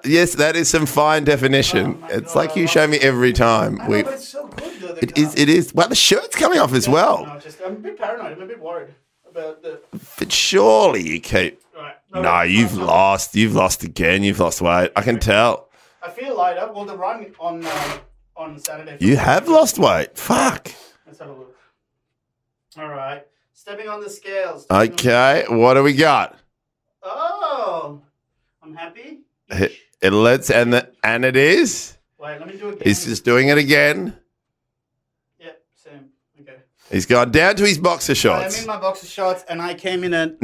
yes, that is some fine definition. Oh it's like you show me every time. We so good though. it is it is. Well, the shirt's coming off as well. just, I'm a bit paranoid. I'm a bit worried about the. But surely you keep. No, you've lost. You've lost again. You've lost weight. I can tell. I feel light up. Well, the run on uh, on Saturday. You have lost weight. Fuck. Let's have a look. All right. Stepping on the scales. stepping on- Okay, what do we got? Oh, I'm happy. It it lets and the, and it is. Wait, let me do it again. He's just doing it again. Yeah, same. Okay. He's gone down to his boxer I'm shorts. in my boxer shorts and I came in at,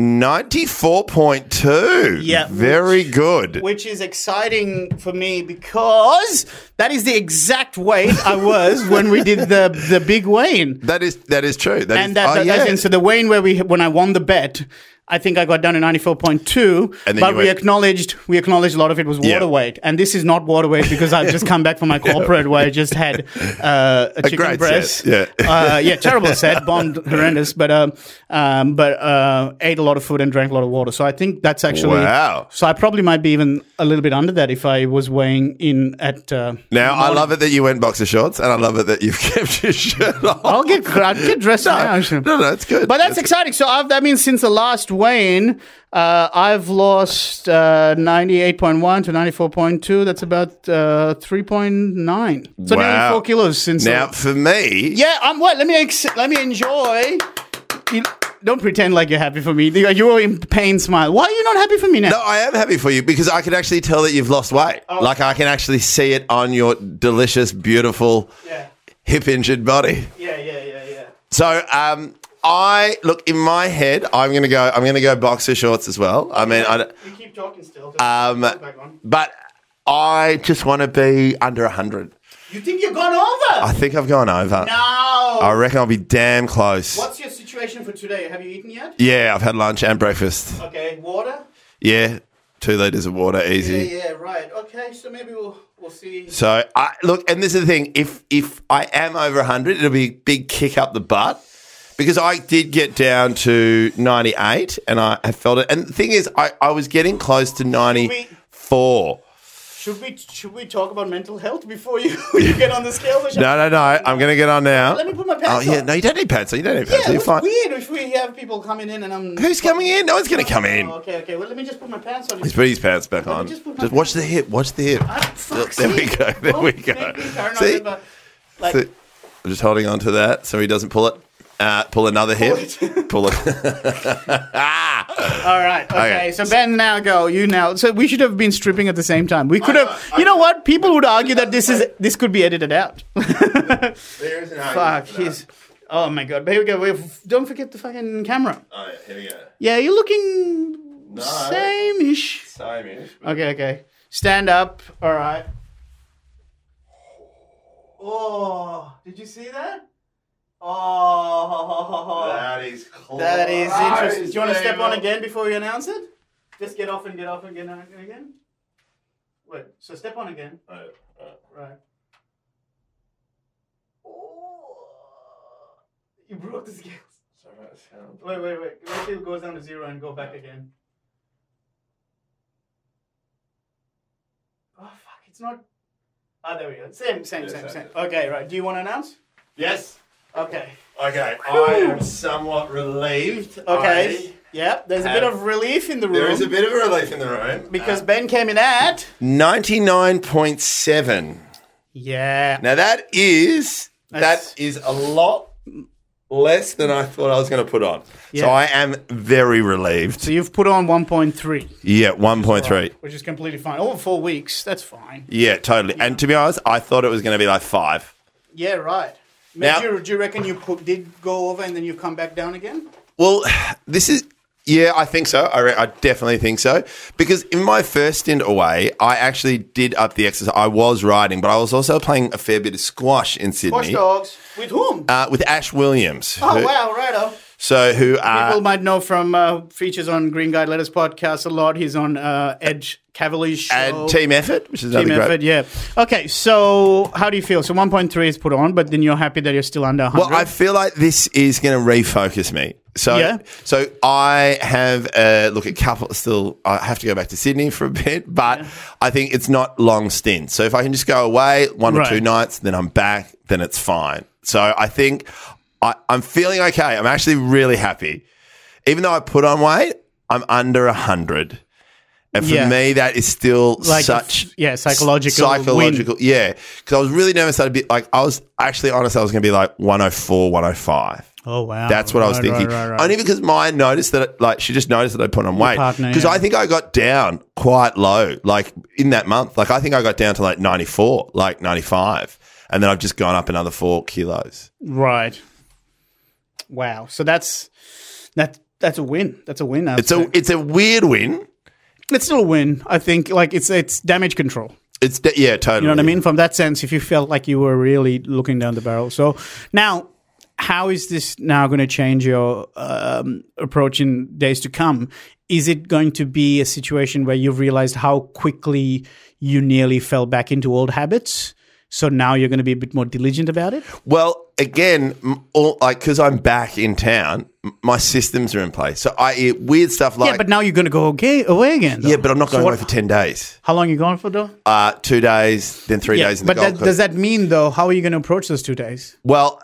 94.2. Yeah. Very good. which is exciting for me because that is the exact weight I was when we did the the big weigh-in. That is that is true. That is- And that, oh, that- yeah. that's in, so the weigh-in where we when I won the bet, I think I got down to ninety four point two. And then But you we went- acknowledged we acknowledged a lot of it was water Yeah. weight, and this is not water weight because I've just come back from my corporate where I just had uh, a, chicken great breast. set, yeah. uh, yeah, terrible set, bombed horrendous, but um, um, but uh, ate a lot of food and drank a lot of water. So I think that's actually Wow. So I probably might be even a little bit under that if I was weighing in at. Uh, now I love it that you went boxer shorts, and I love it that you've kept your shirt on. I'll get I'll get dressed now. no, no, no, it's good. But that's exciting. So I've, that means since the last weigh-in, uh, I've lost uh, 98.1 to 94.2. That's about uh, 3.9. So nearly Wow. four kilos since. now I- for me, yeah, I'm what? Let me ex- let me enjoy. You- don't pretend like you're happy for me. You- You're in pain, smile. Why are you not happy for me now? No, I am happy for you because I can actually tell that you've lost weight. Oh. Like I can actually see it on your delicious, beautiful, Yeah, hip injured body. yeah, yeah, yeah, yeah. So um, I look in my head. I'm gonna go. I'm gonna go boxer shorts as well. I mean, I, don't- You keep talking still. Um, but I just want to be under hundred. You think you've gone over? I think I've gone over. no. I reckon I'll be damn close. What's your situation for today? Have you eaten yet? Yeah, I've had lunch and breakfast. Okay, water. Yeah, two liters of water, easy. Yeah, yeah, right. Okay, so maybe we'll we'll see. So I look, and this is the thing: if if I am over 100, it'll be a big kick up the butt because I did get down to 98, and I, I felt it. And the thing is, I, I was getting close to 94. Should we should we talk about mental health before you you get on the scale? Michelle? No, no, no! I'm going to get on now. Let me put my pants Oh yeah, on. no, you don't need pants. on. You don't need pants. Yeah, on. You're it's fine. weird if we have people coming in and I'm. Who's coming in? No one's going to come in. Oh, okay, okay. Well, let me just put my pants on. He's put his pants back on. just put my Just watch the hip. Watch the hip. Ah, fuck, There see? we go. There Don't we make go. me paranoid See? about- Like, So- I'm just holding on to that so he doesn't pull it. Uh, pull another hip. Pull it. all right, okay. Okay. So Ben, now go. You now. So we should have been stripping at the same time. We could have. You know what? People would argue that this is this could be edited out. there is an Fuck. He's. Oh my god. But here we go. We don't forget the fucking camera. Oh, yeah, here we go. Yeah, you're looking same-ish. Same Okay, okay. Stand up. All right. Oh, did you see that? Oh, is close. that is interesting. Do you want to step on again before we announce it? Just get off and get off and get on again. Wait, so step on again. Right. Oh, you broke the scales. Wait, wait, wait. Wait till it goes down to zero and go back again. Oh fuck! It's not. Ah, there we go. Same, same, same, same. Okay, right. Do you want to announce? Yes. Okay. Okay. I am somewhat relieved. Okay. Yep. There's a bit have- of relief in the room there is a bit of a relief in the room. because Ben came in at. 99.7. Yeah. Now that is That's- that is a lot less than I thought I was going to put on. Yeah. So I am very relieved. So you've put on 1.3, Yeah, 1.3. which is completely fine. Over four weeks, that's fine. Yeah, totally. And to be honest, I thought it was going to be like 5. Yeah, right. Now- do, you, do you reckon you put, did go over and then you come back down again? Well, this is. Yeah, I think so. I, re- I definitely think so because in my first stint away, I actually did up the exercise. I was riding, but I was also playing a fair bit of squash in Watch Sydney dogs. With whom? uh, with Ash Williams. oh, who- wow, righto. So who uh, are People might know from uh, features on Green Guide Letters podcast a lot. He's on uh, Edge Cavalier's show. and Team Effort, which is Team another effort, great. yeah. Okay, so how do you feel? So 1.3 is put on, but then you're happy that you're still under 100. Well, I feel like this is going to refocus me. So, Yeah. so I have uh, look a couple still. I have to go back to Sydney for a bit, but I think it's not long stints. So if I can just go away one Right. or two nights, then I'm back, then it's fine. So I think I, I'm feeling okay. I'm actually really happy, even though I put on weight. I'm under hundred, and for Yeah. me that is still Like a such f- yeah, psychological win. psychological yeah because I was really nervous that I'd be like I was actually honest I was going to be like 104 105 oh, wow. that's what I was Right, thinking Right, right, right. only because Maya noticed that like she just noticed that I put on weight partner, because yeah. I think I got down quite low like in that month like I think I got down to like 94 like 95 and then I've just gone up another four kilos right. Wow. So that's that. That's a win. That's a win. I would it's a say. it's a weird win it's still a win. I think like it's it's damage control. it's de- yeah totally You know what I mean? From that sense, if you felt like you were really looking down the barrel. So now, how is this now going to change your um, approach in days to come? Is it going to be a situation where you've realized how quickly you nearly fell back into old habits? So now you're going to be a bit more diligent about it? Well, again, m- all, like because I'm back in town, m- my systems are in place. So I eat weird stuff like yeah, but now you're going to go okay, away again. though. Yeah, but I'm not So going what- away for ten days. How long you going for, though? Uh, two days, then three Yeah, days in the but Gold that, Coast. does that mean, though, how are you going to approach those two days? well,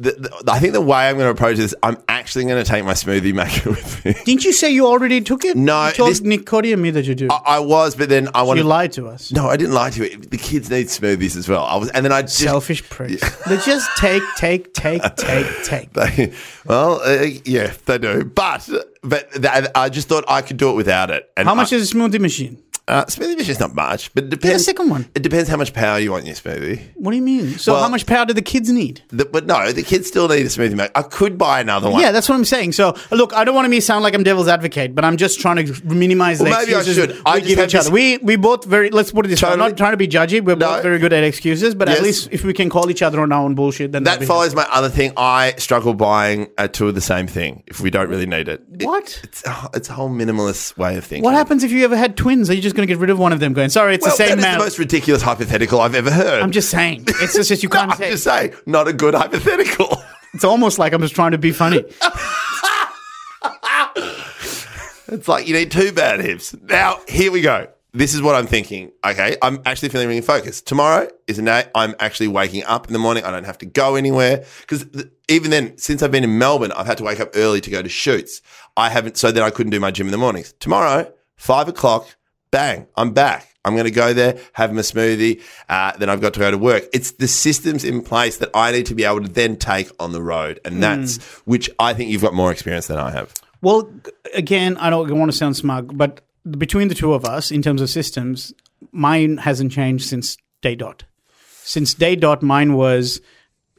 the, the, I think the way I'm going to approach this, I'm actually going to take my smoothie maker with me. Didn't you say you already took it? No, You told this- Nicody and me that you do. I was, but then I wanted. you lied to us. no, I didn't lie to you. The kids need smoothies as well. I was, and then I just. selfish pricks. They just take, take, take, take, take. They, well, uh, yeah, they do. But but th- I just thought I could do it without it. And How much I, is a smoothie machine? uh, smoothie maker's not much, but it depends. second one. It depends how much power you want in your smoothie. What do you mean? So Well- how much power do the kids need? The- but no, the kids still need a smoothie maker. I could buy another one. Yeah, that's what I'm saying. So look, I don't want to be sound like I'm devil's advocate, but I'm just trying to minimize Well, the maybe I excuses should. I we just give have each other. this- We we both very let's put it this way. I'm Totally. not trying to be judgy. We're No. both very good at excuses, but Yes. at least if we can call each other on our own bullshit, then That that'll be- follows my other thing. I struggle buying uh, two of the same thing if we don't really need it. It- What? it's, a- it's a whole minimalist way of thinking. What happens if you ever had twins? Are you just going to get rid of one of them? Going, sorry, it's Well, the same that is the man. most ridiculous hypothetical I've ever heard. I'm just saying. It's just, just you can't I'm say. just saying, not a good hypothetical. It's almost like I'm just trying to be funny. it's like you need two bad hips. Now, here we go. This is what I'm thinking. Okay, I'm actually feeling really focused. Tomorrow is a day I'm actually waking up in the morning. I don't have to go anywhere because th- even then, since I've been in Melbourne, I've had to wake up early to go to shoots. I haven't, so then I couldn't do my gym in the mornings. Tomorrow, five o'clock, bang, I'm back. I'm going to go there, have my smoothie. Uh, then I've got to go to work. It's the systems in place that I need to be able to then take on the road, and that's which I think you've got more experience than I have. Well, g- again, I don't want to sound smug, but between the two of us, in terms of systems, mine hasn't changed since day dot. Since day dot, mine was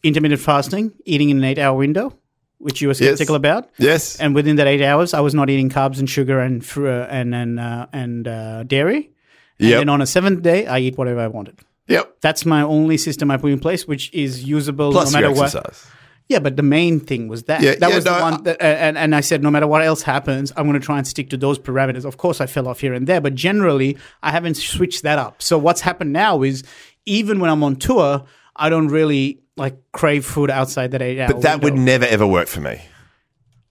intermittent fasting, eating in an eight-hour window, which you were skeptical about. Yes. And within that eight hours, I was not eating carbs and sugar and fr- uh, and and uh, and uh, dairy. And Yep. then on a seventh day, I eat whatever I wanted. Yep. That's my only system I put in place, which is usable Plus no matter your what. exercise. Yeah, but the main thing was that. Yeah, that yeah, was no, the I- one that, and, and I said, no matter what else happens, I'm going to try and stick to those parameters. Of course, I fell off here and there, but generally, I haven't switched that up. So, what's happened now is even when I'm on tour, I don't really like crave food outside that eight hour. But that would window. never ever work for me.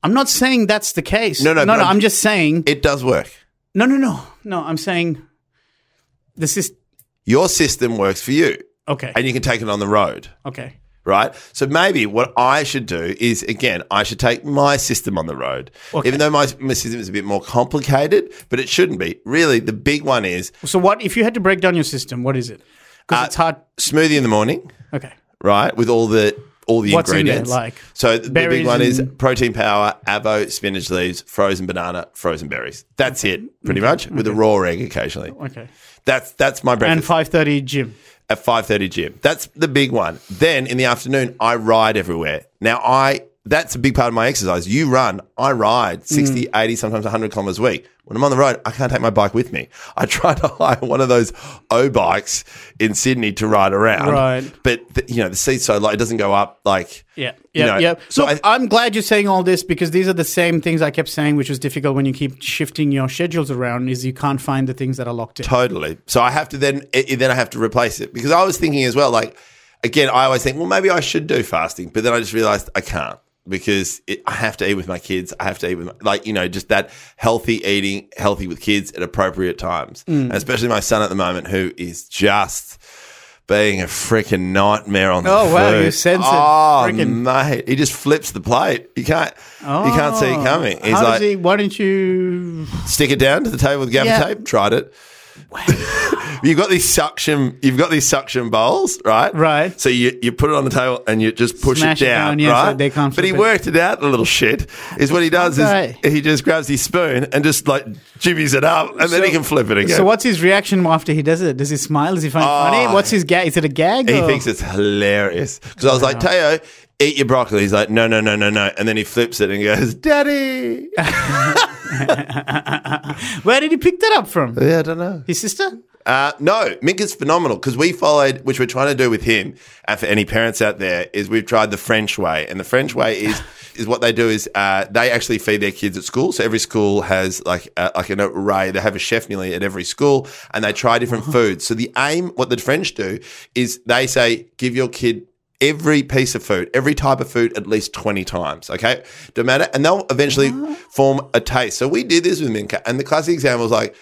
I'm not saying that's the case. No, no, no, but no. I'm- I'm just saying. It does work. no, no, no, no. I'm saying this is Your system works for you, okay. and you can take it on the road, okay. right? So maybe what I should do is again, I should take my system on the road, Okay. even though my, my system is a bit more complicated, but it shouldn't be. Really, the big one is So, what if you had to break down your system? What is it? Because Uh, it's hard. smoothie in the morning, Okay. right, with all the all the What's in there, ingredients. like so the big berries one is and- protein power, avo, spinach leaves, frozen banana, frozen berries. That's it, pretty much, with a raw egg occasionally. Okay. That's that's my breakfast. And 5:30 gym. at 5.30 gym. That's the big one. Then in the afternoon, I ride everywhere. Now, I that's a big part of my exercise. You run, I ride 60, 80, sometimes 100 kilometers a week. When I'm on the road, I can't take my bike with me. I tried to hire one of those O bikes in Sydney to ride around. Right. But, the, you know, the seat's so low, it doesn't go up like. Yeah, you yeah, know. yeah. So So I, I, am glad you're saying all this because these are the same things I kept saying, which was difficult when you keep shifting your schedules around. Is you can't find the things that are locked in. Totally. So I have to then i- then I have to replace it because I was thinking as well. Like again, I always think, well, maybe I should do fasting, but then I just realized I can't because it, I have to eat with my kids. I have to eat with my, like you know just that healthy eating, healthy with kids at appropriate times, Mm. and especially my son at the moment who is just. Being a freaking nightmare on the Oh, wow, you food. sense it. Oh, Frickin'. mate, he just flips the plate. You can't, you can't see it coming. He's Oh. How like, does he, why don't you? stick it down to the table with gaffer Yeah. tape. Tried it. you've got these suction. You've got these suction bowls, right? Right. So you, you put it on the table and you just push Smash it it down, down, yeah, right? so they can't but he flip it. worked it out. The little shit is what he does Okay. is he just grabs his spoon and just like jimmies it up, and then he can flip it again. So what's his reaction after he does it? Does he smile? Does he find Oh. it funny? What's his gag? Is it a gag? He or- thinks it's hilarious because I was like, Teo, eat your broccoli. He's like, no, no, no, no, no, and then he flips it and goes, Daddy. yeah, Where did he pick that up from? I don't know. His sister? Uh, no, Minka's phenomenal because we followed, which we're trying to do with him, and for any parents out there, is we've tried the French way, and the French way is is what they do is uh, they actually feed their kids at school. So every school has like uh, like an array. They have a chef nearly at every school, and they try different foods. So the aim, what the French do, is they say give your kid every piece of food, every type of food at least 20 times, okay? Don't matter. And they'll eventually form a taste. So we did this with Minka, and the classic example was like,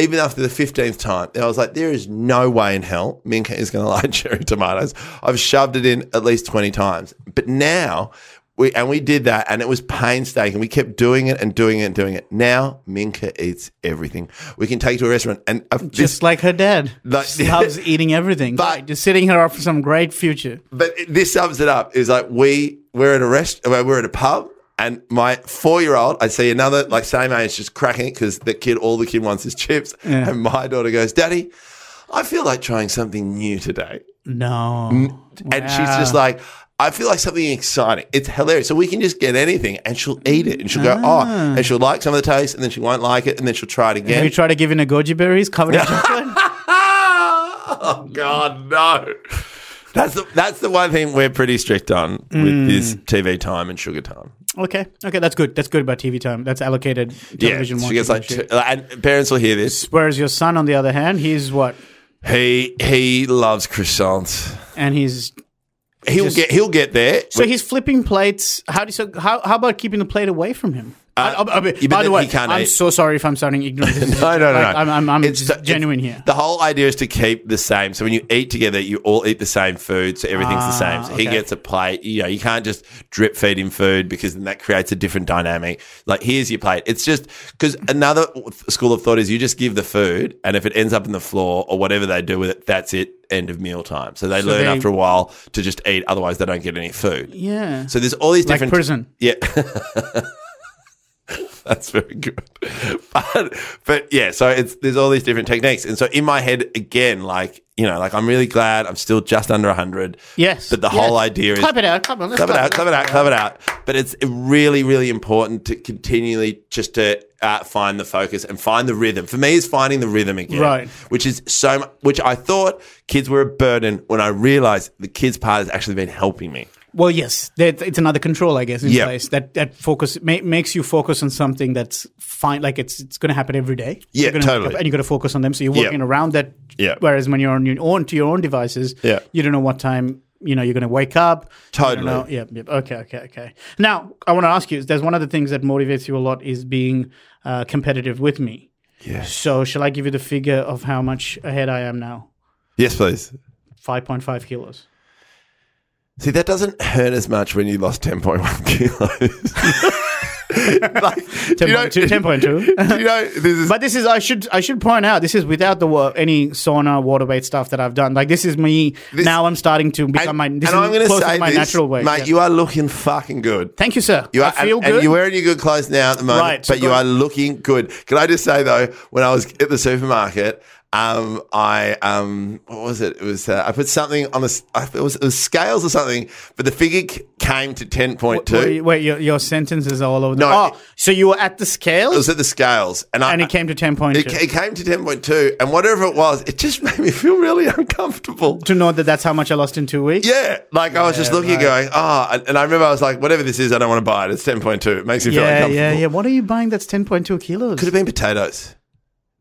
even after the 15th time, I was like, there is no way in hell Minka is going to like cherry tomatoes. I've shoved it in at least 20 times. But now, we, and we did that, and it was painstaking. We kept doing it and doing it and doing it. Now Minka eats everything. We can take to a restaurant, and uh, this- Just like her dad. Like- Just loves eating everything. But- Right, just setting her up for some great future. but it- this sums it up. Is like we we're at a rest, well, we're at a pub, and my four year old, I see another like same age, just cracking it because the kid, all the kid wants is chips, and my daughter goes, "Daddy, I feel like trying something new today," No. and she's just Wow. like. I feel like something exciting. It's hilarious. So we can just get anything and she'll eat it and she'll go, Ah. oh, and she'll like some of the taste and then she won't like it and then she'll try it Have again. you tried to give in a goji berries covered in chocolate? oh God, no. That's the, that's the one thing we're pretty strict on Mm. with this TV time and sugar time. Okay, okay, that's good. That's good about TV time. That's allocated Yeah, television she watching. gets and like, shit. two- and parents will hear this. Whereas your son, on the other hand, he's what, He he loves croissants. and he's He'll Just- get he'll get there. so he's flipping plates. How do you, so how how about keeping the plate away from him? I- I- I- yeah, but by the then way, he can't I'm eat. so sorry if I'm sounding ignorant. This is- no, no, no, like, no. I'm, I'm, I'm It's just the- it's- genuine here. The whole idea is to keep the same. So when you eat together, you all eat the same food, so everything's the same. So he Ah, okay. gets a plate. You know, you can't just drip feed him food because then that creates a different dynamic. Like here's your plate. It's just because another school of thought is you just give the food, and if it ends up on the floor or whatever they do with it, that's it. End of meal time. So they So learn they- after a while to just eat. Otherwise, they don't get any food. Yeah. So there's all these Like different prison. Yeah. That's very good. But but yeah, so it's there's all these different techniques. And so in my head again, like, you know, like I'm really glad I'm still just under hundred. yes. But the yes. whole idea is clap it out. Come on, let's Club it out, club it out, club it out. But it's really, really important to continually just to uh, find the focus and find the rhythm. For me, is finding the rhythm again, Right. Which is so, mu- which I thought kids were a burden. When I realised the kids part has actually been helping me. Well, yes, that, it's another control, I guess, in Yeah. place that that focus ma- makes you focus on something that's fine, like it's it's going to happen every day. Yeah, You're gonna wake up totally. and you're going to focus on them, so you're Yeah. working around that. Yeah. Whereas when you're on your own to your own devices, Yeah. you don't know what time you know you're going to wake up. You don't Totally. know- yeah, yeah. Okay. Okay. Okay. Now I want to ask you. There's one of the things that motivates you a lot is being uh, competitive with me. Yes. So shall I give you the figure of how much ahead I am now? Yes, please. Five point five kilos. See, that doesn't hurt as much when you lost 10.1 kilos. like, do you know, 10.2, 10.2. do you know, this is, But this is I should I should point out this is without the wa- any sauna water weight stuff that I've done. Like this is me now. I'm starting to become and, my this and is I'm going to closer say to my this, natural weight. mate, Yeah. you are looking fucking good. Thank you, sir. You I are, feel and, good. and you're wearing your good clothes now at the moment, Right, so but you good. are looking good. Can I just say though, when I was at the supermarket, um, I um, what was it? It was uh, I put something on a s- I- it was, it was scales or something, but the figure c- came came to 10.2. Wait, wait, your, your sentences are all over. The- No, oh, it- so you were at the scale, it was at the scales. And, I, and it came to ten point it, two. ca- it came to 10.2. And whatever it was, it just made me feel really uncomfortable. To know that that's how much I lost in two weeks. Yeah, like I was just looking, going, ah, and, and I remember I was like, whatever this is, I don't want to buy it. It's ten point two. It makes me feel yeah, uncomfortable. yeah, yeah. What are you buying? That's ten point two kilos. Could have been potatoes.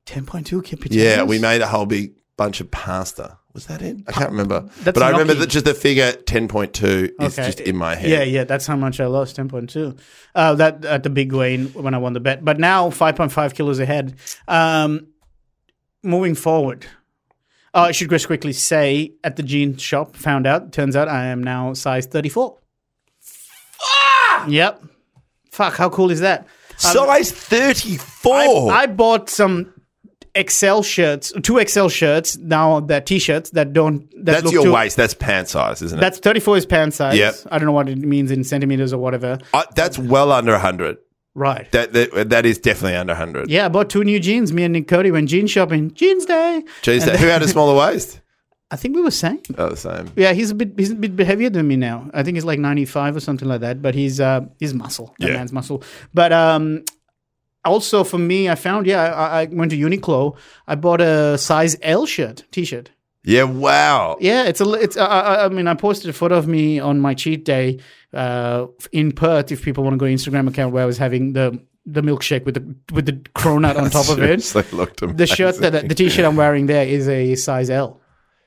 ten point two kilos. Yeah, we made a whole big bunch of pasta. Was that it? I can't remember. That's but I remember gnocchi. that just the figure ten point two is Okay. just in my head. Yeah, yeah, that's how much I lost, ten point two. Uh, that at the big win when I won the bet, but now five point five kilos ahead. Um, moving forward, oh, I should just quickly say at the jean shop, found out. Turns out I am now size thirty four. Yep. Fuck! How cool is that? Size thirty I, four. I bought some XL shirts, two XL shirts. Now that T-shirts that don't that That's look your too, waist. That's pant size, isn't it? That's thirty four is pant size. Yep. I don't know what it means in centimeters or whatever. I, that's well under hundred. Right. That, that that is definitely under hundred. Yeah, I bought two new jeans. Me and Nick Cody went jean shopping. Jeans day. Jeez, that, who had a smaller waist? I think we were same. Oh, the same. Yeah, he's a bit he's a bit heavier than me now. I think he's like ninety five or something like that. But he's uh he's muscle. That Yeah. man's muscle. But um, also for me, I found yeah, I, I went to Uniqlo. I bought a size L shirt T shirt. Yeah. Wow. Yeah, it's a li- it's. Uh, I I mean, I posted a photo of me on my cheat day uh, in Perth. If people want to go to Instagram account where I was having the the milkshake with the with the cronut on top of it. Seriously, looked The shirt that the t-shirt I'm wearing there is a size L.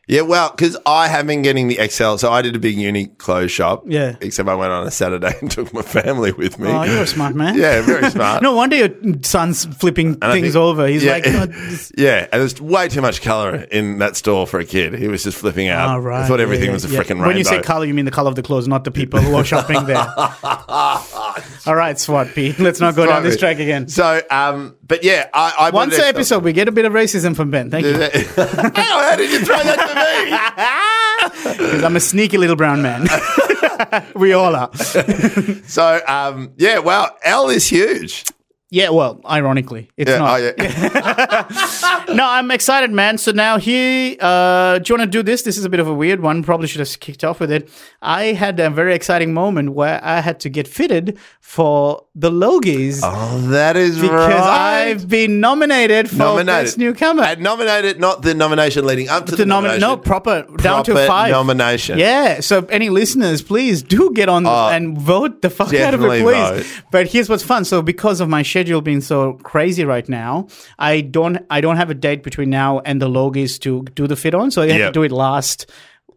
Yeah, well, because I have been getting the XL. So I did a big uni clothes shop. Yeah. Except I went on a Saturday and took my family with me. Oh, you're a smart man. Yeah, very smart. No wonder your son's flipping And I things think- over. He's yeah, like, "God, this-" yeah, and there's way too much color in that store for a kid. He was just flipping out. all Oh, right. I thought everything yeah, was a yeah. freaking rainbow. When you say color, you mean the color of the clothes, not the people who are shopping there. all right, SWAT P. Let's not go down this track again. So, um, but yeah, I, I bought Once an an XL. episode, we get a bit of racism from Ben. Thank you. Hang on, how did you throw that to me? Because I'm a sneaky little brown man. we all are. So, um, yeah, wow, L is huge. Yeah, well, ironically, it's Yeah, not. oh, yeah. No, I'm excited, man. So now here, uh, do you want to do this? This is a bit of a weird one. Probably should have kicked off with it. I had a very exciting moment where I had to get fitted for the Logies oh, that is because right. I've been nominated for Best Newcomer. And nominated, not the nomination leading up to the, the nomin- nomination. no proper, down to Proper five nomination. Uh, Yeah, so any listeners, please do get on and vote the fuck out of it, definitely please. vote. But here's what's fun. So because of my schedule being so crazy right now, I don't I don't have a date between now and the logies to do the fit on. So I had to Yep. do it last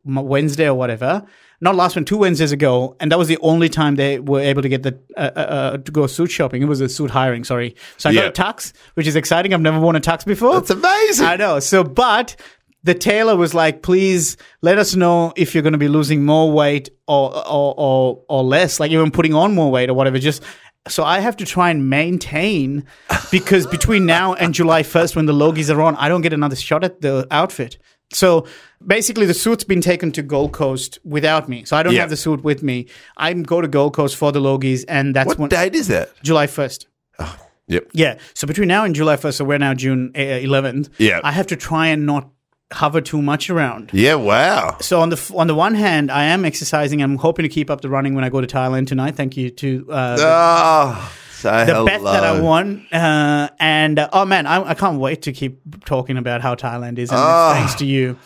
m- Wednesday or whatever. Not last one, two Wednesdays ago, and that was the only time they were able to get the uh, uh, uh, to go suit shopping. It was a suit hiring, sorry. So I Yeah. got a tux, which is exciting. I've never worn a tux before. That's amazing. I know. So, but the tailor was like, please let us know if you're going to be losing more weight or, or, or, or less, like even putting on more weight or whatever. Just so I have to try and maintain because between now and July 1st, when the Logies are on, I don't get another shot at the outfit. So basically, the suit's been taken to Gold Coast without me. So I don't Yeah. have the suit with me. I go to Gold Coast for the Logies, and that's what when date is that? July 1st. Oh, Yep. Yeah. So between now and July 1st, so we're now June uh, 11th. Yeah. I have to try and not hover too much around. Yeah, wow. So on the f- on the one hand, I am exercising. I'm hoping to keep up the running when I go to Thailand tonight. Thank you to uh, Oh, say the hello. bet that I won. Uh, and uh, oh man, I, I can't wait to keep talking about how Thailand is. And Ah. thanks to you.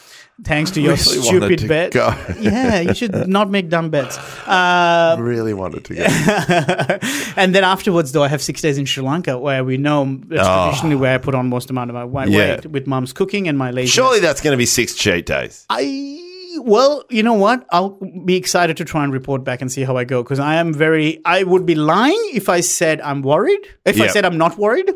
Thanks to your Really wanted stupid to bet. go. yeah, you should not make dumb bets. Uh, Really wanted to go. and then afterwards, though, I have six days in Sri Lanka, where we know it's Oh. traditionally where I put on most amount of my weight Yeah. with mum's cooking and my laziness. Surely that's going to be six cheat days. I well, you know what? I'll be excited to try and report back and see how I go because I am very. I would be lying if I said I'm worried. If I Yeah. said I'm not worried,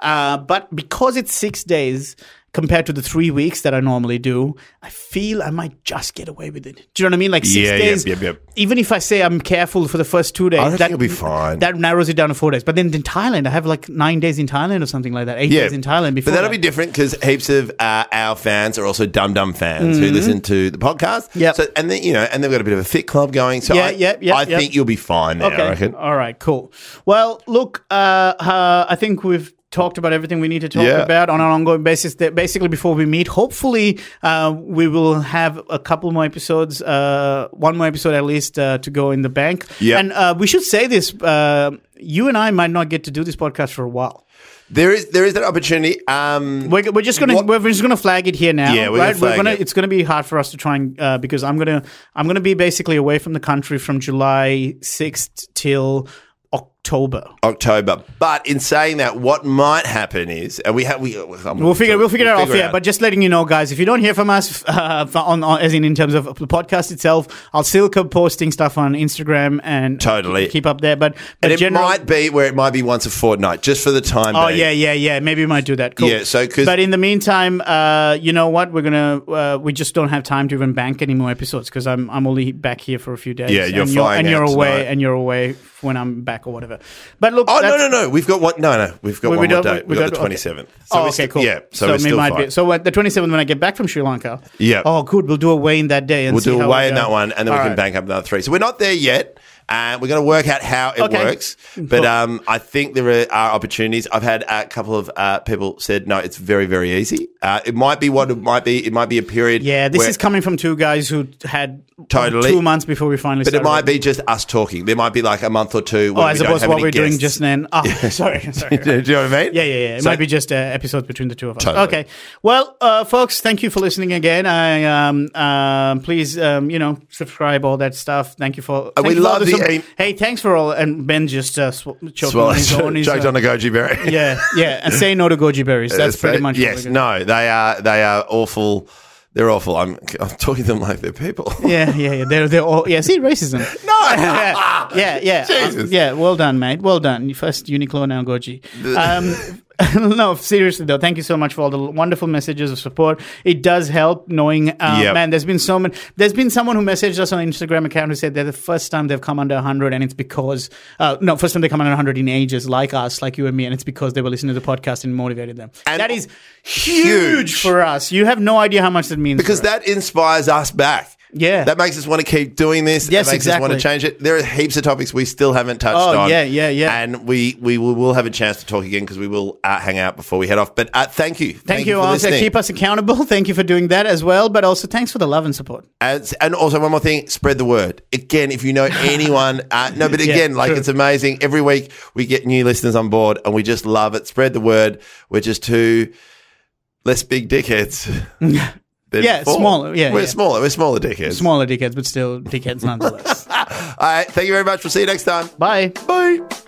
uh, but because it's six days compared to the three weeks that I normally do, I feel I might just get away with it. Do you know what I mean? Like six Yeah, yep, days. yep, yep. Even if I say I'm careful for the first two days, I think you'll be fine. That narrows it down to four days. But then in Thailand, I have like nine days in Thailand or something like that. Eight days in Thailand before. But that'll that. be different because heaps of uh, our fans are also Dum Dum fans who listen to the podcast. Mm-hmm. Yep. So, and then, you know, and they've got a bit of a fit club going. So Yeah, I, yep, yep, I yep. think you'll be fine there, I reckon. All right, cool. Well, look, uh, uh, I think we've talked about everything we need to talk Yeah. about on an ongoing basis. That basically, before we meet, hopefully, uh, we will have a couple more episodes, uh, one more episode at least uh, to go in the bank. Yeah. And uh, we should say this uh, you and I might not get to do this podcast for a while. There is there is that opportunity. Um, We're, we're just gonna What- we're just gonna flag it here now. Yeah, we're gonna right? flag we're gonna it. it's gonna be hard for us to try and uh, because I'm gonna I'm gonna be basically away from the country from July sixth till October. October. But in saying that, what might happen is, and we have we uh, I'm- We'll figure we'll figure it out off it air. But just letting you know, guys, if you don't hear from us uh, f- on, on as in in terms of the podcast itself, I'll still keep posting stuff on Instagram and Totally. keep up there. But but and it general- might be where it might be once a fortnight, just for the time. Oh being. yeah, yeah, yeah. Maybe we might do that. Cool. Yeah, so 'cause- but in the meantime, uh, you know what? We're gonna uh, we just don't have time to even bank any more episodes because I'm I'm only back here for a few days. Yeah, you're and flying and out you're away, tonight. and you're away when I'm back or whatever. But look, Oh no that's- no no! We've got one. No no, we've got we- we one more don't- date. We've got, the okay. twenty seventh. oh, okay, cool. Yeah, so, we're it still fine. So at the 27th, when I get back from Sri Lanka, Yeah. Oh, good. We'll do away in that day. And we'll see do how away we in go. that one, and then we All can right. bank up another three. So we're not there yet, and we're going to work out how it Okay. Mm, works. But Cool. um, I think there are, are opportunities. I've had a couple of uh, people said, "No, it's very very easy." Uh, it might be what it might be. It might be a period. Yeah, this where- is coming from two guys who had Totally. two months before we finally. But it started might be just us talking. There might be like a month or two. Oh, Where as we opposed to don't have what any we're doing guests. just then. Oh, sorry, sorry. do you know what I mean? Yeah, yeah, yeah. It So- might be just uh, episodes between the two of us. Totally. Okay. Well, uh, folks, thank you for listening again. I um, um please um, you know subscribe all that stuff. Thank you for. thank Uh, we you for all love the the sup- aim- Hey, thanks for all. And Ben just uh, sw- choked Well, on his own. He's, joked uh, on a goji berry. yeah, yeah. And say no to goji berries. That's pretty much. what we're Yes. gonna- No. They are. They are awful. They're awful. I'm. I'm talking to them like they're people. Yeah, yeah, yeah. They're they're all yeah. See racism. No. yeah, yeah, yeah. Jesus. yeah. Well done, mate. Well done. You First Uniqlo, now Goji. Um, no, seriously though, thank you so much for all the wonderful messages of support. It does help knowing, uh, Yep. man. There's been so many. There's been someone who messaged us on an Instagram account who said they're the first time they've come under 100, and it's because uh, no, first time they come under 100 in ages, like us, like you and me, and it's because they were listening to the podcast and motivated them. And that is huge for us. You have no idea how much that means because for us. that inspires us back. Yeah. that makes us want to keep doing this. Yes, that makes us want to exactly. change it. There are heaps of topics we still haven't touched Oh, on. yeah, yeah, yeah. And we we will, will have a chance to talk again because we will uh, hang out before we head off. But uh, thank you, Thank, you, for also listening. keep us accountable. Thank you for doing that as well, but also thanks for the love and support. And, and also one more thing, spread the word. Again, if you know anyone, uh, no, but Yeah, again, like true. it's amazing. Every week we get new listeners on board, and we just love it. Spread the word. We're just two less big dickheads. than Yeah, before. smaller, yeah, we're yeah. smaller. We're smaller dickheads. Smaller dickheads, but still dickheads nonetheless. All right. Thank you very much. We'll see you next time. Bye. Bye.